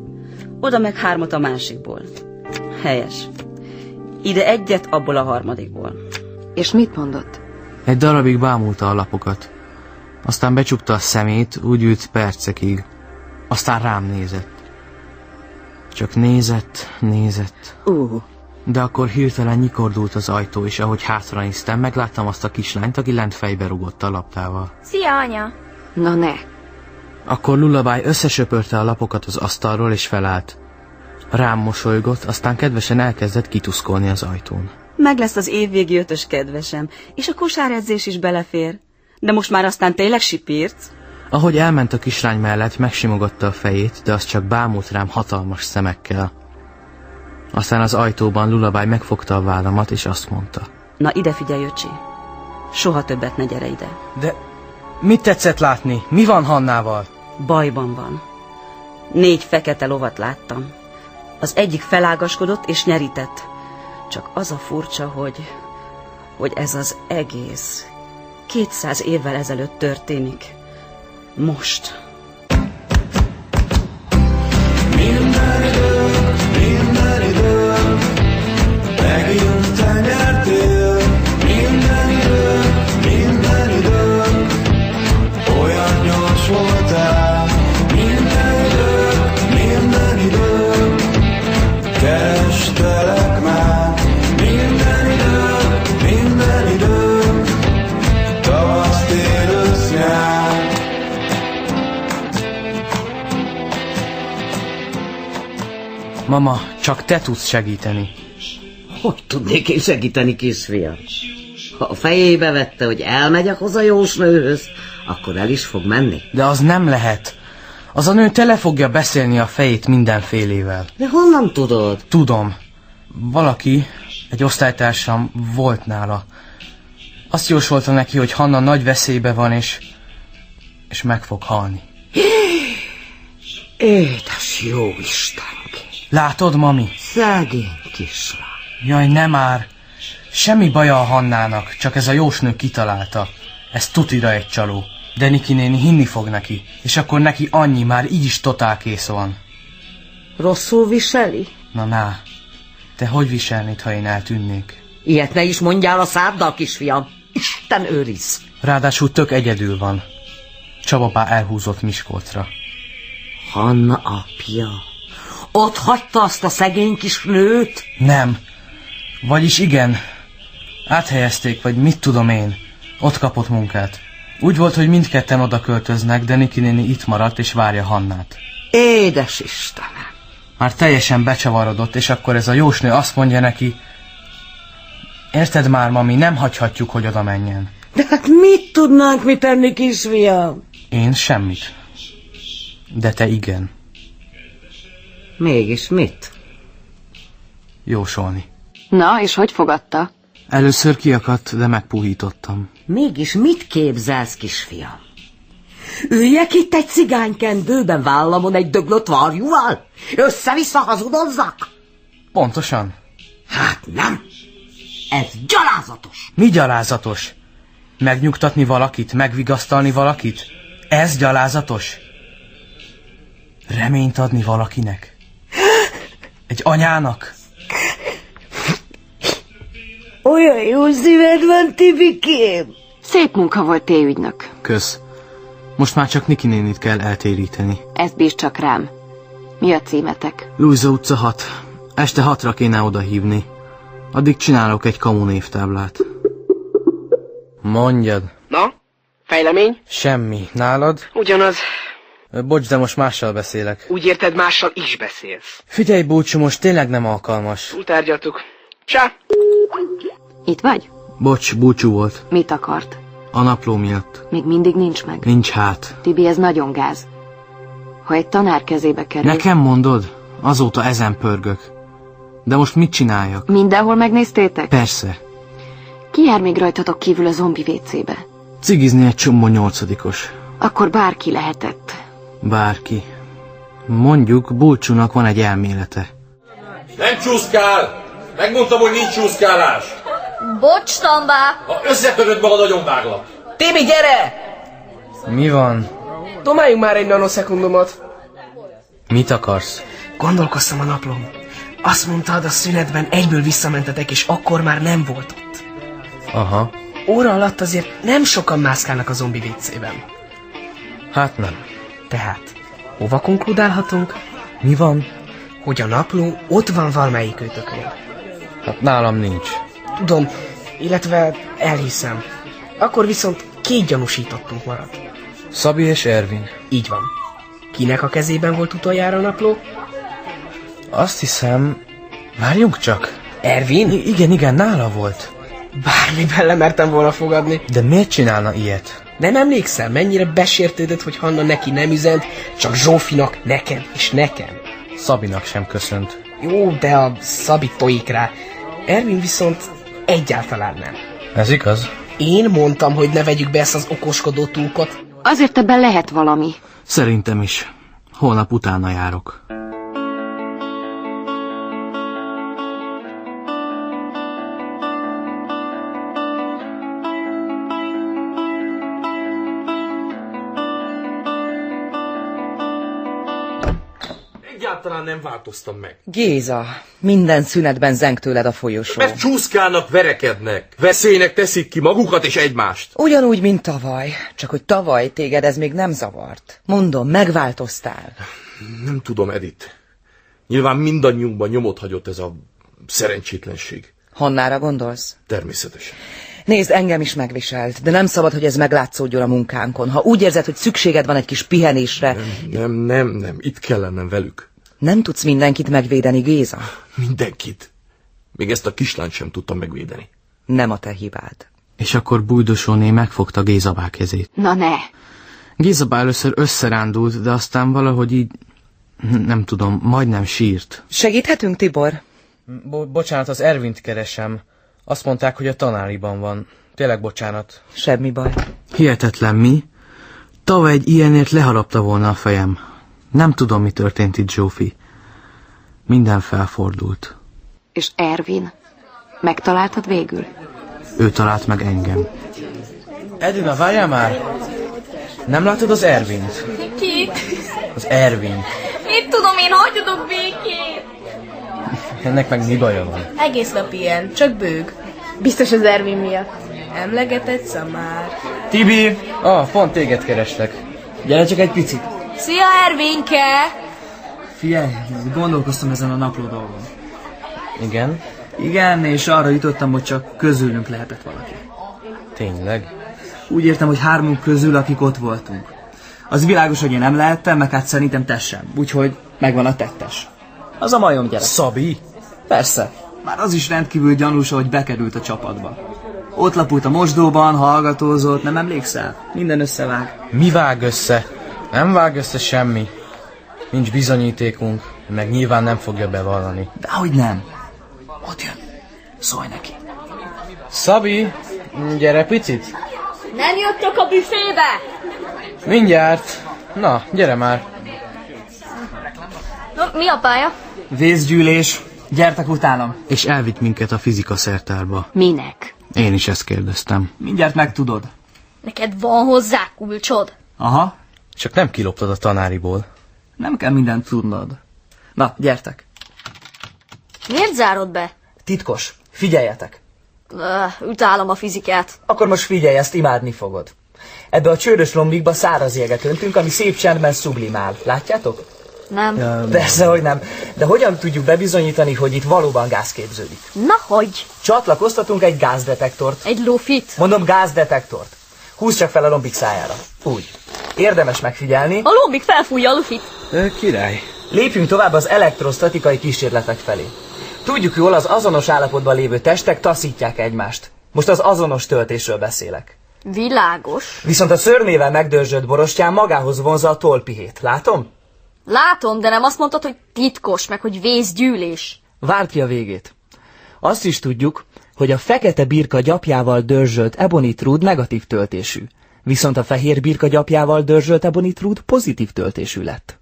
Oda meg hármat a másikból. Helyes. Ide egyet abból a harmadikból. És mit mondott? Egy darabig bámulta a lapokat. Aztán becsukta a szemét, úgy ült percekig. Aztán rám nézett. Csak nézett, nézett. Ú. De akkor hirtelen nyikordult az ajtó, és ahogy hátranéztem, megláttam azt a kislányt, aki lent fejbe rugott a labdával. Szia, anya! Na ne. Akkor Lullabáj összesöpörte a lapokat az asztalról, és felállt. Rám mosolygott, aztán kedvesen elkezdett kituszkolni az ajtón. Meg lesz az évvégi ötös kedvesem, és a kosáredzés is belefér. De most már aztán tényleg sipírc? Ahogy elment a kislány mellett, megsimogatta a fejét, de az csak bámult rám hatalmas szemekkel. Aztán az ajtóban Lulabáj megfogta a vállamat, és azt mondta. Na ide figyelj, öcsi. Soha többet ne gyere ide. De mit tetszett látni? Mi van Hannával? Bajban van. Négy fekete lovat láttam. Az egyik felágaskodott és nyerített. Csak az a furcsa, hogy... hogy ez az egész 200 évvel ezelőtt történik. Most. Minden idő, megint te nyertél. Minden idő, minden idő, olyan gyors voltál. Minden idő, minden idő, kerestelek már. Minden idő, minden idő, tavasz, tél, ősz, nyár. Mama, csak te tudsz segíteni. Hogy tudnék én segíteni, kisfiam? Ha a fejébe vette, hogy elmegyek hozzá jósnőhöz, akkor el is fog menni. De az nem lehet. Az a nő tele fogja beszélni a fejét mindenfélével. De honnan tudod? Tudom. Valaki, egy osztálytársam volt nála. Azt jósolta neki, hogy Hanna nagy veszélybe van, és... és meg fog halni. Édes jó Isten! Látod, mami? Szegény kislány. Jaj, nem már. Semmi baja a Hannának, csak ez a jósnő kitalálta. Ez tutira egy csaló. De Niki néni hinni fog neki, és akkor neki annyi már így is totál kész van. Rosszul viseli? Na na, te hogy viselnéd, ha én eltűnnék? Ilyet ne is mondjál a száddal, kisfiam. Isten őriz. Ráadásul tök egyedül van. Csabapá elhúzott Miskolcra. Hanna apja. Ott hagyta azt a szegény kis nőt? Nem. Vagyis igen. Áthelyezték, vagy mit tudom én. Ott kapott munkát. Úgy volt, hogy mindketten oda költöznek, de Niki néni itt maradt és várja Hannát. Édes Istenem. Már teljesen becsavarodott, és akkor ez a jósnő azt mondja neki, Érted már, mami, nem hagyhatjuk, hogy oda menjen. De hát mit tudnánk mi tenni, kisfiam? Én semmit. De te igen. Mégis mit? Jósolni. Na, és hogy fogadta? Először kiakadt, de megpuhítottam. Mégis mit képzelsz, kisfiam? Üljek itt egy cigánykendőben vállamon egy döglött varjúval? Össze-vissza hazudozzak? Pontosan. Hát nem. Ez gyalázatos. Mi gyalázatos? Megnyugtatni valakit, megvigasztalni valakit? Ez gyalázatos? Reményt adni valakinek? Egy anyának? Olyan jó szíved van, Tibikém. Szép munka volt téügynök. Kösz. Most már csak Niki nénit kell eltéríteni. Ezt bíz csak rám. Mi a címetek? Lúza utca 6. Este 6-ra kéne odahívni. Addig csinálok egy kamu névtáblát. Mondjad. Na? Fejlemény? Semmi. Nálad? Ugyanaz. Ö, Bocs, de most mással beszélek. Úgy érted, mással is beszélsz. Figyelj, búcsú, most tényleg nem alkalmas. Túltárgyaltuk. Csá! Itt vagy? Bocs, búcsú volt. Mit akart? A napló miatt. Még mindig nincs meg. Nincs hát. Tibi, ez nagyon gáz. Ha egy tanár kezébe kerül... Nekem mondod? Azóta ezen pörgök. De most mit csináljak? Mindenhol megnéztétek? Persze. Ki jár még rajtatok kívül a zombi vécébe? Cigizni egy csomó nyolcadikos. Akkor bárki lehetett. Bárki. Mondjuk, Bulcsúnak van egy elmélete. Nem csúszkál! Megmondtam, hogy nincs csúszkálás! Bocs, Tambá! Ha összepöröd magad, agyonváglak! Tibi, gyere! Mi van? Tomáljunk már egy nanoszekundumot. Mit akarsz? Gondolkoztam a naplom. Azt mondtad, a szünetben egyből visszamentetek, és akkor már nem volt ott. Aha. Óra alatt azért nem sokan mászkálnak a zombi vécében. Hát nem. Tehát, hova konkludálhatunk? Mi van? Hogy a napló ott van valamelyik őtöknél. Hát nálam nincs. Tudom, illetve elhiszem. Akkor viszont két gyanúsítottunk marad. Szabi és Ervin. Így van. Kinek a kezében volt utoljára a napló? Azt hiszem... Várjunk csak. Ervin? I- igen, igen, nála volt. Bármiben lemertem volna fogadni. De miért csinálna ilyet? Nem emlékszem, mennyire besértődött, hogy Hanna neki nem üzent, csak Zsófinak, nekem és nekem. Szabinak sem köszönt. Jó, de a Szabi tojik rá. Ervin viszont egyáltalán nem. Ez igaz? Én mondtam, hogy ne vegyük be ezt az okoskodó túlkot. Azért ebben lehet valami. Szerintem is. Holnap utána járok. Egyáltalán nem változtam meg. Géza, minden szünetben zeng tőled a folyosó. Mert csúszkálnak, verekednek. Veszélynek teszik ki magukat és egymást. Ugyanúgy, mint tavaly, csak hogy tavaly téged ez még nem zavart. Mondom, megváltoztál. Nem tudom, Edith. Nyilván mindannyiunkban nyomot hagyott ez a szerencsétlenség. Hannára gondolsz? Természetesen. Nézd, engem is megviselt, de nem szabad, hogy ez meglátszódjon a munkánkon. Ha úgy érzed, hogy szükséged van egy kis pihenésre, Nem, nem, nem. Itt kell lennem velük. nem tudsz mindenkit megvédeni, Géza. Mindenkit. Még ezt a kislányt sem tudtam megvédeni. Nem a te hibád. És akkor Bújdosóné megfogta Gézabá kezét. Na ne! Gézabá először összerándult, de aztán valahogy így... Nem tudom, majdnem sírt. Segíthetünk, Tibor? Bo- bocsánat, az Ervint keresem. Azt mondták, hogy a tanáriban van. Tényleg bocsánat. Semmi baj. Hihetetlen mi? Tavaly egy ilyenért leharapta volna a fejem. Nem tudom, mi történt itt, Zsófi. Minden felfordult. És Ervin? Megtaláltad végül? Ő talált meg engem. Edina, várjál már! Nem látod az Ervint? Kit? Az Ervint. Mit tudom én, hagyjatok békén! Ennek meg mi baja van? Egész nap ilyen, csak bőg. Biztos az Ervin miatt. Emlegetett szamár. Tibi! Ah, pont téged kereslek. Gyere csak egy picit. Szia, Ervinke! Figyelj, gondolkoztam ezen a napló dolgon. Igen, Igen, és arra jutottam, hogy csak közülünk lehetett valaki. tényleg. Úgy értem, hogy hármunk közül, akik ott voltunk. Az világos, hogy én nem lehettem, meg hát szerintem te sem. Úgyhogy megvan a tettes. Az a majom gyerek. Szabi? Persze. Már az is rendkívül gyanús, hogy bekerült a csapatba. Ott lapult a mosdóban, hallgatózott, nem emlékszel? Minden összevág. Mi vág össze? Nem vág össze semmi. Nincs bizonyítékunk. Meg nyilván nem fogja bevallani. Dehogy nem. Ott jön. Szólj neki. Szabi, gyere picit. Nem jöttök a büfébe? Mindjárt. Na, gyere már. No, mi a pálya? Vészgyűlés. Gyertek utánam. És elvitt minket a fizika szertárba. Minek? Én is ezt kérdeztem. Mindjárt megtudod. Neked van hozzá kulcsod? Aha. Csak nem kiloptad a tanáriból. Nem kell mindent tudnod. Na, gyertek. Miért zárod be? Titkos. Figyeljetek. Öh, utálom a fizikát. Akkor most figyelj, ezt imádni fogod. Ebbe a csőrös lombikba száraz jeget öntünk, ami szép csendben szublimál. Látjátok? Nem. Persze, hogy nem. De hogyan tudjuk bebizonyítani, hogy itt valóban gáz képződik? Na, hogy? Csatlakoztatunk egy gázdetektort. Egy lófit? Mondom, gázdetektort. Húzd csak fel a lombik szájára. Úgy. Érdemes megfigyelni. A lombik felfújja a lufit. Király. Lépjünk tovább az elektrostatikai kísérletek felé. Tudjuk jól, az azonos állapotban lévő testek taszítják egymást. Most az azonos töltésről beszélek. Világos. Viszont a szörnével megdörzsölt borostyán magához vonza a tolpihét. Látom? Látom, de nem azt mondtad, hogy titkos, meg hogy vészgyűlés. Várd ki a végét. Azt is tudjuk, hogy a fekete birka gyapjával dörzsölt ebonit rúd negatív töltésű, viszont a fehér birka gyapjával dörzsölt ebonit rúd pozitív töltésű lett.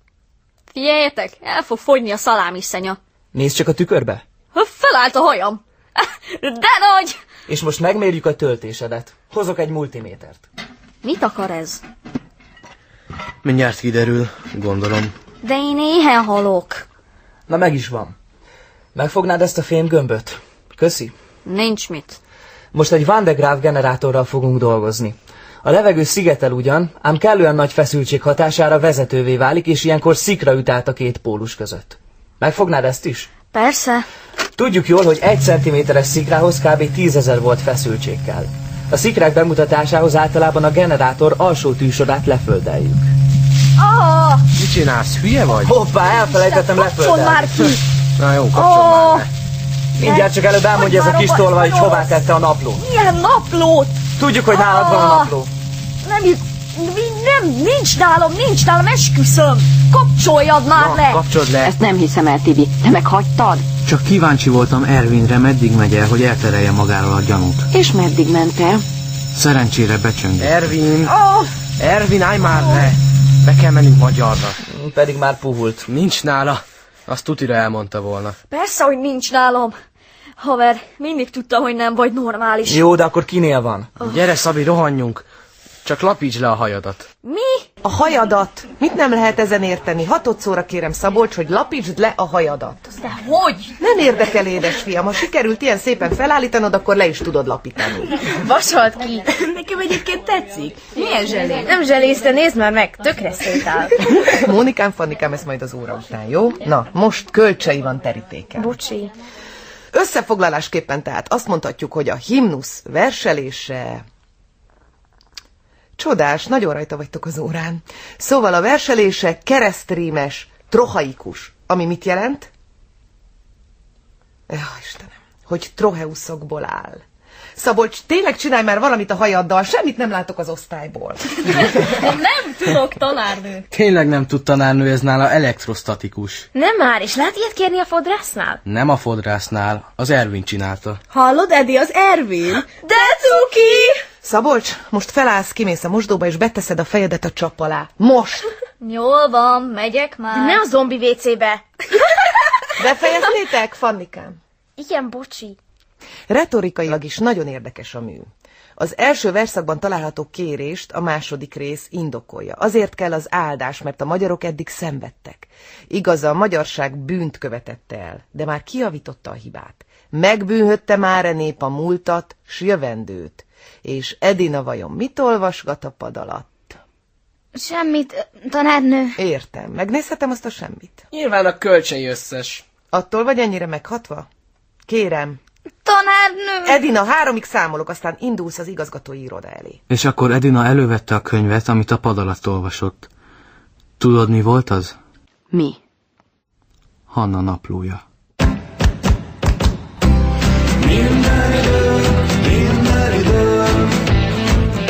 Figyeljetek, el fog fogyni a szalámiszenya. Nézd csak a tükörbe. Hö, Felállt a hajam. De nagy! És most megmérjük a töltésedet. Hozok egy multimétert. Mit akar ez? Mindjárt kiderül, gondolom. De én éhen halok. Na meg is van. Megfognád ezt a fém gömböt? Köszi. Nincs mit. Most egy Van de Graaf generátorral fogunk dolgozni. A levegő szigetel ugyan, ám kellően nagy feszültség hatására vezetővé válik, és ilyenkor szikra üt át a két pólus között. Megfognád ezt is? Persze. Tudjuk jól, hogy egy centiméteres szikrához kb. 10.000 volt feszültség kell. A szikrák bemutatásához általában a generátor alsó tűsorát leföldeljük. Ah! Mit csinálsz, hülye vagy? Hoppá, elfelejtettem leföldelni. már ki! Na jó, kapcsolom. Oh, Mindjárt csak előbb elmondja ez a kis tolvaj, hogy hová tette a naplót. milyen naplót! Tudjuk, hogy nálad van a napló. Ah, Nem jut... mi- Nem, nincs nálam, nincs nálam, esküszöm! Kapcsoljad már le! Kapcsolod le. Ezt nem hiszem el, Tibi. Te meg hagytad? Csak kíváncsi voltam Ervinre, meddig megy el, hogy elterelje magáról a gyanút. És meddig ment el? Szerencsére becsöngött. Ervin! Oh! Ervin, állj már le! Be kell mennünk magyarra. Pedig már puhult. Nincs nála. Azt tutira elmondta volna. Persze, hogy nincs nálam. Haver, mindig tudtam, hogy nem vagy normális. Jó, de akkor kinél van? Gyere, Szabi, rohanjunk. Csak lapíts le a hajadat. Mi? A hajadat! Mit nem lehet ezen érteni? Hatodszóra kérem Szabolcs, hogy lapítsd le a hajadat. De hogy? Nem érdekel, édesfiam, ha sikerült ilyen szépen felállítanod, akkor le is tudod lapítani. Vasolt ki. Nekem egyébként tetszik. Milyen zselé? Nem zselész, de nézd már meg, tökre szétáll. Mónikám, Fannikám, ez majd az óra után, jó? Na, most kölcsei van terítéken. Bocsi. Összefoglalásképpen tehát azt mondhatjuk, hogy a himnusz verselése... Csodás, nagyon rajta vagytok az órán. Szóval a verselése keresztrémes, trohaikus, ami mit jelent? Ja, Istenem, hogy troheuszokból áll. Szabolcs, tényleg csinálj már valamit a hajaddal, semmit nem látok az osztályból. Nem tudok, tanárnő. Tényleg nem tud tanárnő, ez nála elektrostatikus. Nem már, és lehet ilyet kérni a fodrásznál? Nem a fodrásznál, az Ervin csinálta. Hallod, Edi, az Ervin? De cuki! Szabolcs, most felállsz, kimész a mosdóba, és beteszed a fejedet a csap alá. Most! Jól van, megyek már. De ne a zombi WC-be! Befejeznétek, Fannikám? Igen, bocsi. Retorikailag is nagyon érdekes a mű. Az első verszakban található kérést a második rész indokolja. Azért kell az áldás, mert a magyarok eddig szenvedtek. Igaz, a magyarság bűnt követette el, de már kiavította a hibát. Megbűnhötte már a nép a múltat, s jövendőt. És Edina vajon mit olvasgat a pad alatt? Semmit, tanárnő. Értem. Megnézhetem azt a semmit? Nyilván a kölcsei összes. Attól vagy ennyire meghatva? Kérem. Tanárnő! Edina, háromig számolok, aztán indulsz az igazgatói iroda elé. És akkor Edina elővette a könyvet, amit a pad alatt olvasott. Tudod, mi volt az? Mi? Hanna naplója.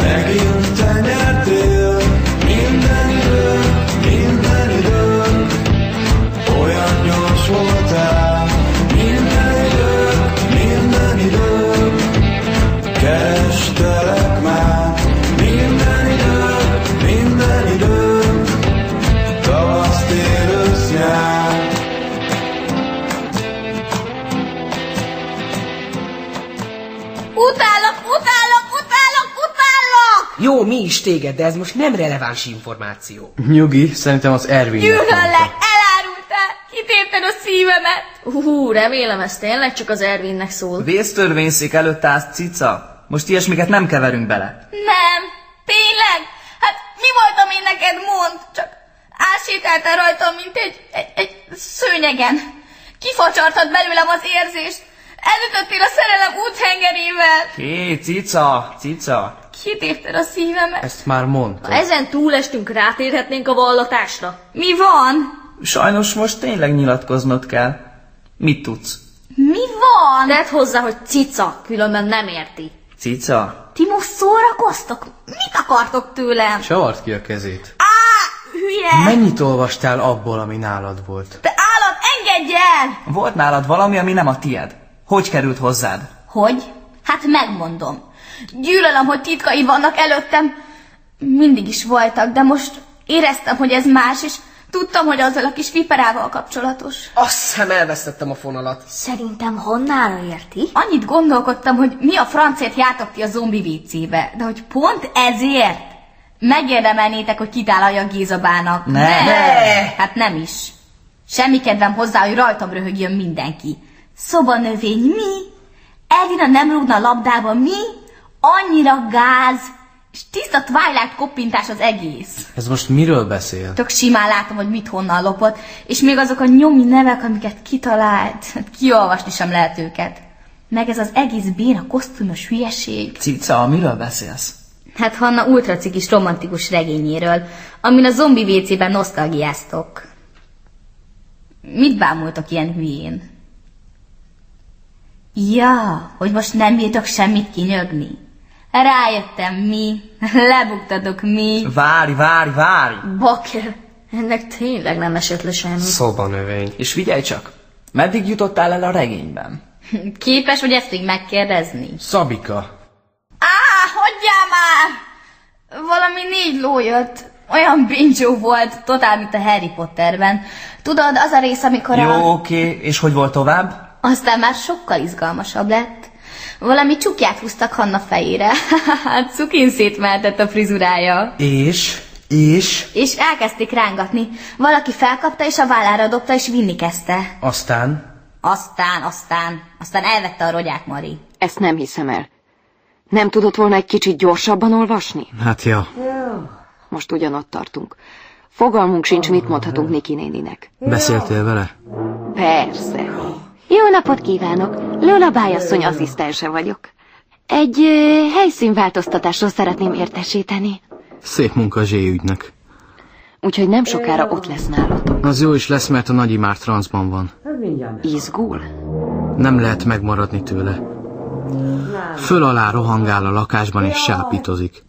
Megint te nyertél Minden idő, minden idő Olyan nyom Jó, mi is téged, de ez most nem releváns információ. Nyugi, szerintem az Ervin. Gyűlöllek, elárultál, kitépted a szívemet. Hú, remélem ez tényleg csak az Ervinnek szól. Vésztörvényszék előtt állsz, cica. Most ilyesmiket nem keverünk bele. Nem, tényleg? Hát mi volt, ami neked mond? Csak ásétáltál rajtam, mint egy, egy, egy szőnyegen. Kifacsartad belőlem az érzést. Elütöttél a szerelem úthengerével. Hé, cica, cica. Kitépted a szívemet. Ezt már Ha mondta. ezen túlestünk, rátérhetnénk a vallatásra. Mi van? Sajnos most tényleg nyilatkoznod kell. Mit tudsz? Mi van? Tedd hozzá, hogy cica, különben nem érti. Cica, Ti most szórakoztok? Mit akartok tőlem? Csavart ki a kezét. Hülye! Mennyit olvastál abból, ami nálad volt? Te állat, engedj el! volt nálad valami, ami nem a tied. Hogy került hozzád? Hogy? Hát megmondom. Gyűlölöm, hogy titkai vannak előttem. Mindig is voltak, de most éreztem, hogy ez más, és tudtam, hogy azzal a kis viperával kapcsolatos. Azt hiszem elvesztettem a fonalat. Szerintem honnára érti? Annyit gondolkodtam, hogy mi a francért jártak ti a zombi vécébe, de hogy pont ezért megérdemelnétek, hogy kitálalja Gézabának. Ne. Ne. Hát nem is. Semmi kedvem hozzá, hogy rajtam röhögjön mindenki. Szobanövény mi? Elvina nem rúgna a labdába mi? Annyira gáz. És tiszta Twilight koppintás az egész. Ez most miről beszél? Tök simán látom, hogy mit honnan lopott, és még azok a nyomi nevek, amiket kitalált, hát kiolvasni sem lehet őket. Meg ez az egész béna kosztümös hülyeség. Cica, miről beszélsz? Hát Hanna ultracikis romantikus regényéről, amin a zombi vécében nosztalgiáztok. Mit bámultok ilyen hülyén? Ja, hogy most nem bírtok semmit kinyögni. Rájöttem mi, lebuktatok mi. Várj, várj, várj! Bakker, ennek tényleg nem esett le semmi. Szobanövény. És figyelj csak, meddig jutottál el a regényben? Képes, hogy ezt így megkérdezni? Szabika. Á, hagyjál már! Valami négy ló jött. Olyan bincsó volt, totál, mint a Harry Potterben. Tudod, az a rész, amikor Jó, a... oké, és hogy volt tovább? Aztán már sokkal izgalmasabb lett. Valami csukját húztak Hanna fejére. Hát Cukin szétmeltett a frizurája. És? És? És elkezdték rángatni. Valaki felkapta, és a vállára dobta, és vinni kezdte. Aztán? Aztán, aztán, aztán elvette a rogyák Mari. Ezt nem hiszem el. Nem tudott volna egy kicsit gyorsabban olvasni? Hát ja. Most ugyanott tartunk. Fogalmunk sincs, mit mondhatunk Niki néninek. Beszéltél vele? Persze. Jó napot kívánok! Lola Bájasszony asszisztense vagyok. Egy ö, helyszínváltoztatásról szeretném értesíteni. Szép munka a Zsé ügynek. Úgyhogy nem sokára ott lesz nálad. Az jó is lesz, mert a nagyi már transzban van. Izgul? Nem lehet megmaradni tőle. Föl alá rohangál a lakásban és sápítozik.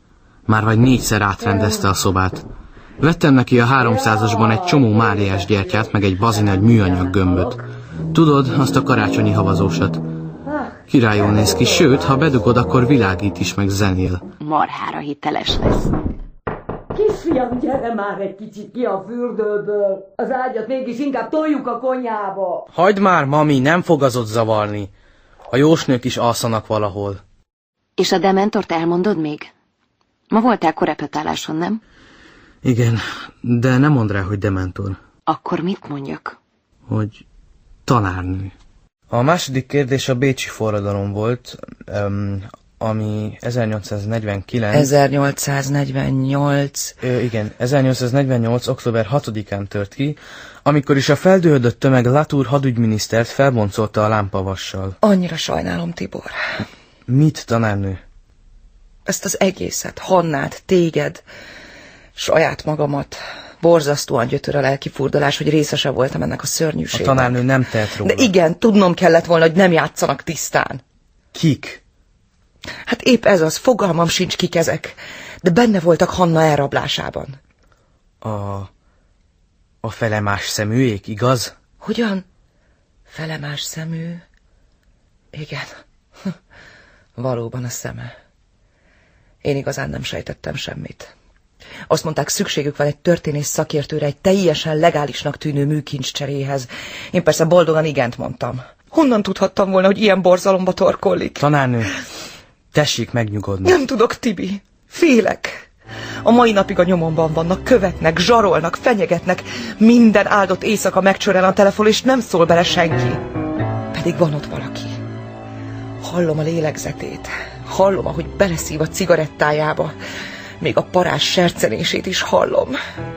Már vagy négyszer átrendezte a szobát. Vettem neki a 300-asban egy csomó máriás gyertyát, meg egy bazin egy műanyag gömböt. Tudod, azt a karácsonyi havazósat. Királyon néz ki, sőt, ha bedugod, akkor világít is, meg zenél. Marhára hiteles lesz. Kisfiam, gyere már egy kicsit ki a fürdőből. Az ágyat mégis inkább toljuk a konyhába. Hagyd már, mami, nem fog az ott zavarni. A jósnők is alszanak valahol. És a dementort elmondod még? Ma voltál korepetáláson, nem? Igen, de nem mond rá, hogy dementor. Akkor mit mondjak? hogy tanárnő. A második kérdés a Bécsi forradalom volt, öm, ami 1849... 1848. Ö, igen, 1848. október 6-án tört ki, amikor is a feldühödött tömeg Latour hadügyminisztert felboncolta a lámpavassal. Annyira sajnálom, Tibor. Mit, tanárnő? Ezt az egészet, Hannát, téged, saját magamat. Borzasztóan gyötör a lelki furdalás, hogy részese voltam ennek a A szörnyűségnek. tanárnő nem tehet róla. De igen, tudnom kellett volna, hogy nem játszanak tisztán. Kik? Hát épp ez az, fogalmam sincs kik ezek. De benne voltak Hanna elrablásában. A... A felemás szeműjék, igaz? Hogyan? Felemás szemű. Igen. Valóban a szeme. Én igazán nem sejtettem semmit. Azt mondták, szükségük van egy történész szakértőre egy teljesen legálisnak tűnő műkincs cseréhez. Én persze boldogan igent mondtam. Honnan tudhattam volna, hogy ilyen borzalomba torkollik? Tanárnő, tessék megnyugodni. Nem tudok, Tibi. Félek. A mai napig a nyomomban vannak, követnek, zsarolnak, fenyegetnek. Minden áldott éjszaka megcsörel a telefon, és nem szól bele senki. Pedig van ott valaki. Hallom a lélegzetét. Hallom, ahogy beleszív a cigarettájába. Még a parás sercenését is hallom.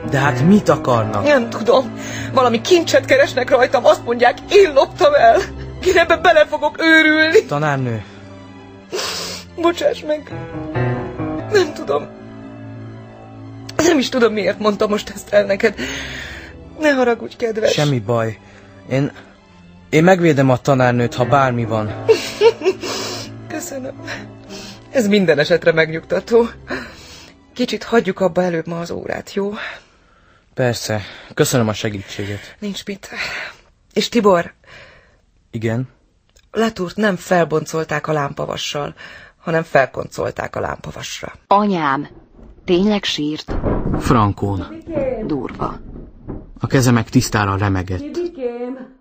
De hát mit akarnak? Nem tudom. Valami kincset keresnek rajtam, azt mondják, én loptam el. Én ebbe bele fogok őrülni. Tanárnő, Bocsáss meg. Nem tudom. Nem is tudom, miért mondtam most ezt el neked. Ne haragudj, kedves. semmi baj. Én... Én megvédem a tanárnőt, ha bármi van. Köszönöm. Ez minden esetre megnyugtató. Kicsit hagyjuk abba előbb ma az órát, jó? Persze. Köszönöm a segítséget. Nincs mit. És Tibor, Igen? Letúrt nem felboncolták a lámpavassal, hanem felkoncolták a lámpavasra. Anyám, tényleg sírt? Frankón. Durva. A keze meg tisztára remegett. Kibikém,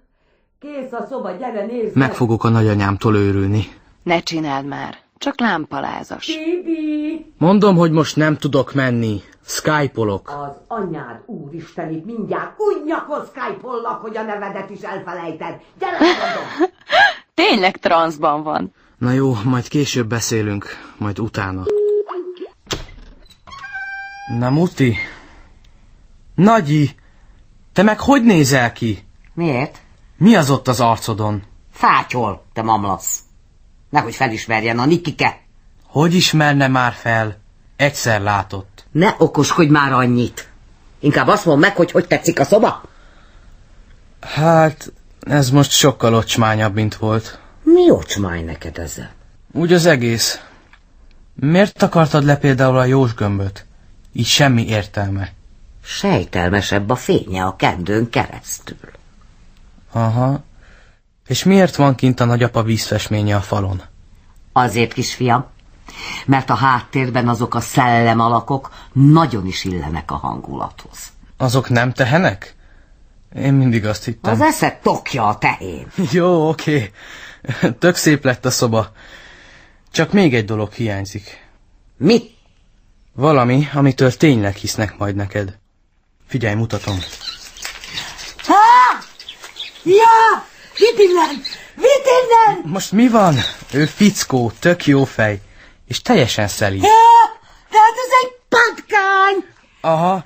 kész a szoba, gyere nézd! Meg fogok a nagyanyámtól őrülni. Ne csináld már, csak lámpalázas. Tibi! Mondom, hogy most nem tudok menni. Skype-olok. Az anyád úristen itt mindjárt úgy nyakhoz skype hogy a nevedet is elfelejted. Gyere, mondom! Tényleg transzban van. Na jó, majd később beszélünk, majd utána. Na, Muti? Nagyi! Te meg hogy nézel ki? Miért? Mi az ott az arcodon? Fátyol, te mamlasz. Nehogy felismerjen a Nikike. Hogy ismerne már fel? Egyszer látott. Ne okoskodj már annyit. Inkább azt mondd meg, hogy hogy tetszik a szoba. Hát, ez most sokkal ocsmányabb, mint volt. Mi ocsmány neked ezzel? Úgy az egész. Miért takartad le például a jós gömböt? Így semmi értelme. Sejtelmesebb a fénye a kendőn keresztül. Aha. És miért van kint a nagyapa vízfestménye a falon? Azért, kisfiam, mert a háttérben azok a szellem alakok nagyon is illenek a hangulathoz. Azok nem tehenek? Én mindig azt hittem. Az eszed tokja a tehén. Jó, oké. Tök szép lett a szoba. Csak még egy dolog hiányzik. Mi? Valami, amitől tényleg hisznek majd neked. Figyelj, mutatom. Ha! Ja! Vidd innen! Vidd innen! Most mi van? Ő fickó, tök jó fej, és teljesen szelíd. Ja! Hát ez egy patkány! Aha,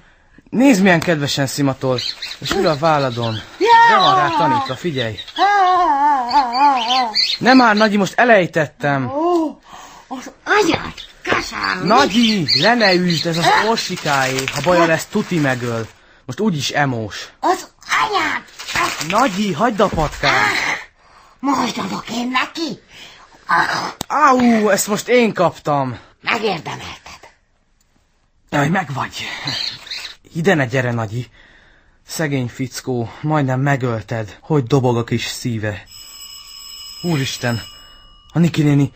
nézd milyen kedvesen szimatol, és ül a válladon. Ja! De van rá tanítva, figyelj. Ah! Nem már, Nagyi, most elejtettem. Ó, az anyád kasár! Nagyi, le ne üzd, ez az orsikáé. Ha baja lesz, tuti megöl. Most úgyis emós. Az anyád! Nagyi, hagyd a patkát. Most adok én neki! Ah, Au, ezt most én kaptam. Megérdemelted! Jaj, meg vagy. Ide ne gyere, Nagyi. Szegény fickó, majdnem megölted. Hogy dobog a kis szíve. Úristen, a Niki néni,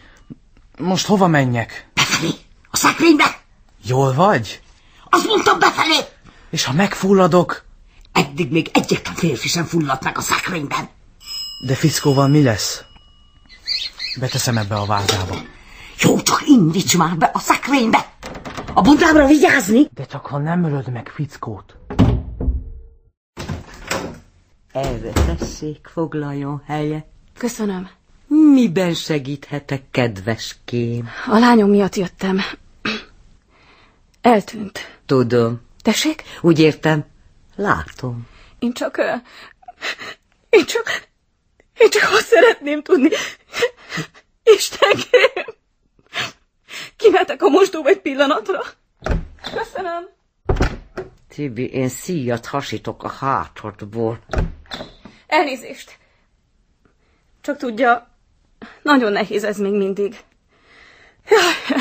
most hova menjek? Befelé! A szekrénybe! Jól vagy? Azt mondtam befelé! És ha megfulladok? Eddig még egyetlen férfi sem fulladt meg a szekrényben. De fickóval mi lesz? Beteszem ebbe a vázába. Jó, csak indíts már be a szekrénybe! A bundámra vigyázni! De csak ha nem ölöd meg fickót. Erre tessék, foglaljon helyet. Köszönöm. Miben segíthetek, kedves kém? A lányom miatt jöttem. Eltűnt. Tudom. Tessék? Úgy értem, látom. Én csak... ö, Én csak... Én csak azt szeretném tudni. Istenkém! Kimehetek a mosdóba egy pillanatra? Köszönöm. Tibi, én szíjat hasítok a hátadból. Elnézést. Csak tudja, nagyon nehéz ez még mindig. Jaj,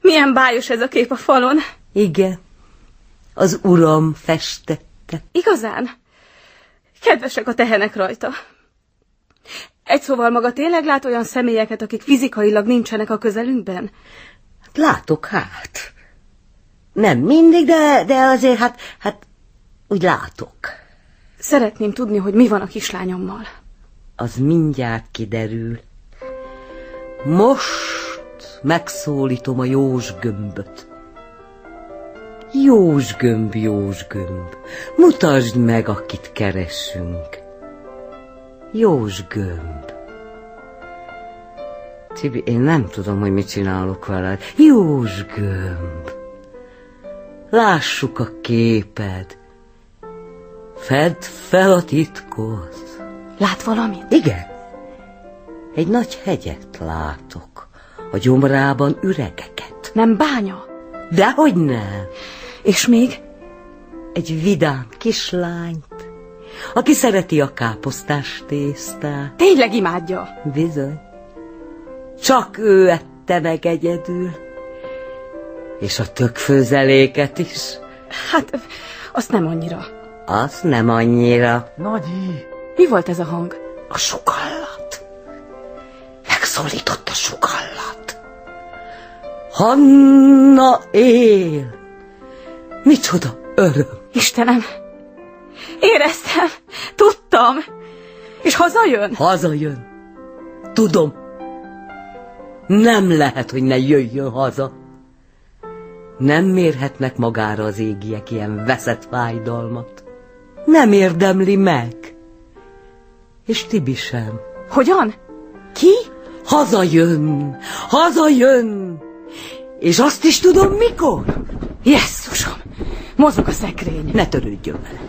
milyen bájos ez a kép a falon. Igen, az uram festette. Igazán? Kedvesek a tehenek rajta. Egy szóval maga tényleg lát olyan személyeket, akik fizikailag nincsenek a közelünkben? Látok hát. Nem mindig, de, de azért hát, hát úgy látok. Szeretném tudni, hogy mi van a kislányommal. Az mindjárt kiderül. Most megszólítom a Jós gömböt. Jós gömb, Jós gömb, mutasd meg, akit keresünk. Jós gömb. Tibi, én nem tudom, hogy mit csinálok veled. Jós gömb. Lássuk a képed. Fedd fel a titkot. Lát valamit? Igen. Egy nagy hegyet látok. A gyomrában üregeket. Nem bánya? Dehogy nem. És még? Egy vidám kislányt, aki szereti a káposztás tésztát. Tényleg imádja? Bizony. Csak ő ette meg egyedül. És a tökfőzeléket is. Hát, azt nem annyira. Az nem annyira. Nagyi! Mi volt ez a hang? A sugallat. Megszólított a sugallat. Hanna él. Micsoda öröm. Istenem, éreztem, tudtam. És hazajön? Hazajön. Tudom. Nem lehet, hogy ne jöjjön haza. Nem mérhetnek magára az égiek ilyen veszett fájdalmat. Nem érdemli meg. És Tibi sem. Hogyan? Ki? Hazajön! Hazajön! És azt is tudom, mikor? Jesszusom! Mozog a szekrény. Ne törődjön vele.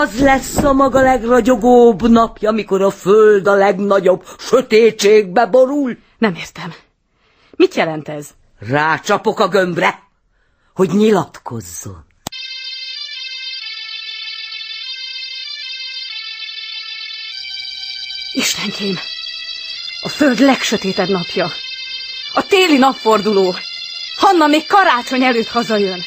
Az lesz a maga legragyogóbb napja, amikor a föld a legnagyobb sötétségbe borul. Nem értem. Mit jelent ez? Rácsapok a gömbre, hogy nyilatkozzon. Istenkém, a föld legsötétebb napja. A téli napforduló. Hanna még karácsony előtt hazajön.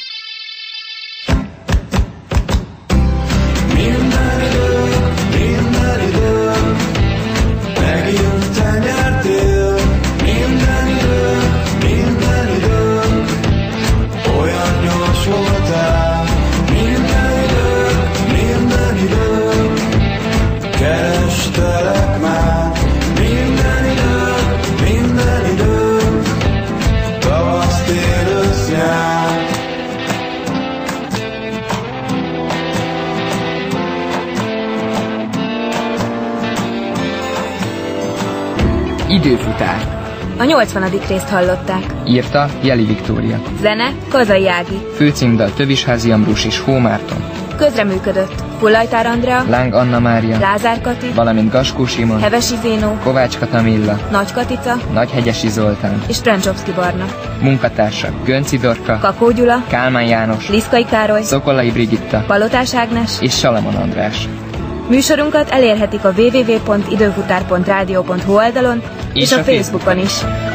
Időfutár. A 80. részt hallották. Írta Jeli Viktória. Zene Kazai Ági. Főcímdal Tövisházi Ambrus és Hó Márton. Közreműködött Fullajtár Andrea, Láng Anna Mária, Lázár Kati, valamint Gaskó Simon, Hevesi Zénó, Kovács Katamilla, Nagy Katica Nagyhegyesi Zoltán, és Trancsovszki Barna. munkatársak Gönci Dorka, Kakó Gyula, Kálmán János, Liszkai Károly, Szokolai Brigitta Palotás Ágnes és Salamon András. Műsorunkat elérhetik a www.időfutár.rádió.hu oldalon és, És a, a Facebookon is.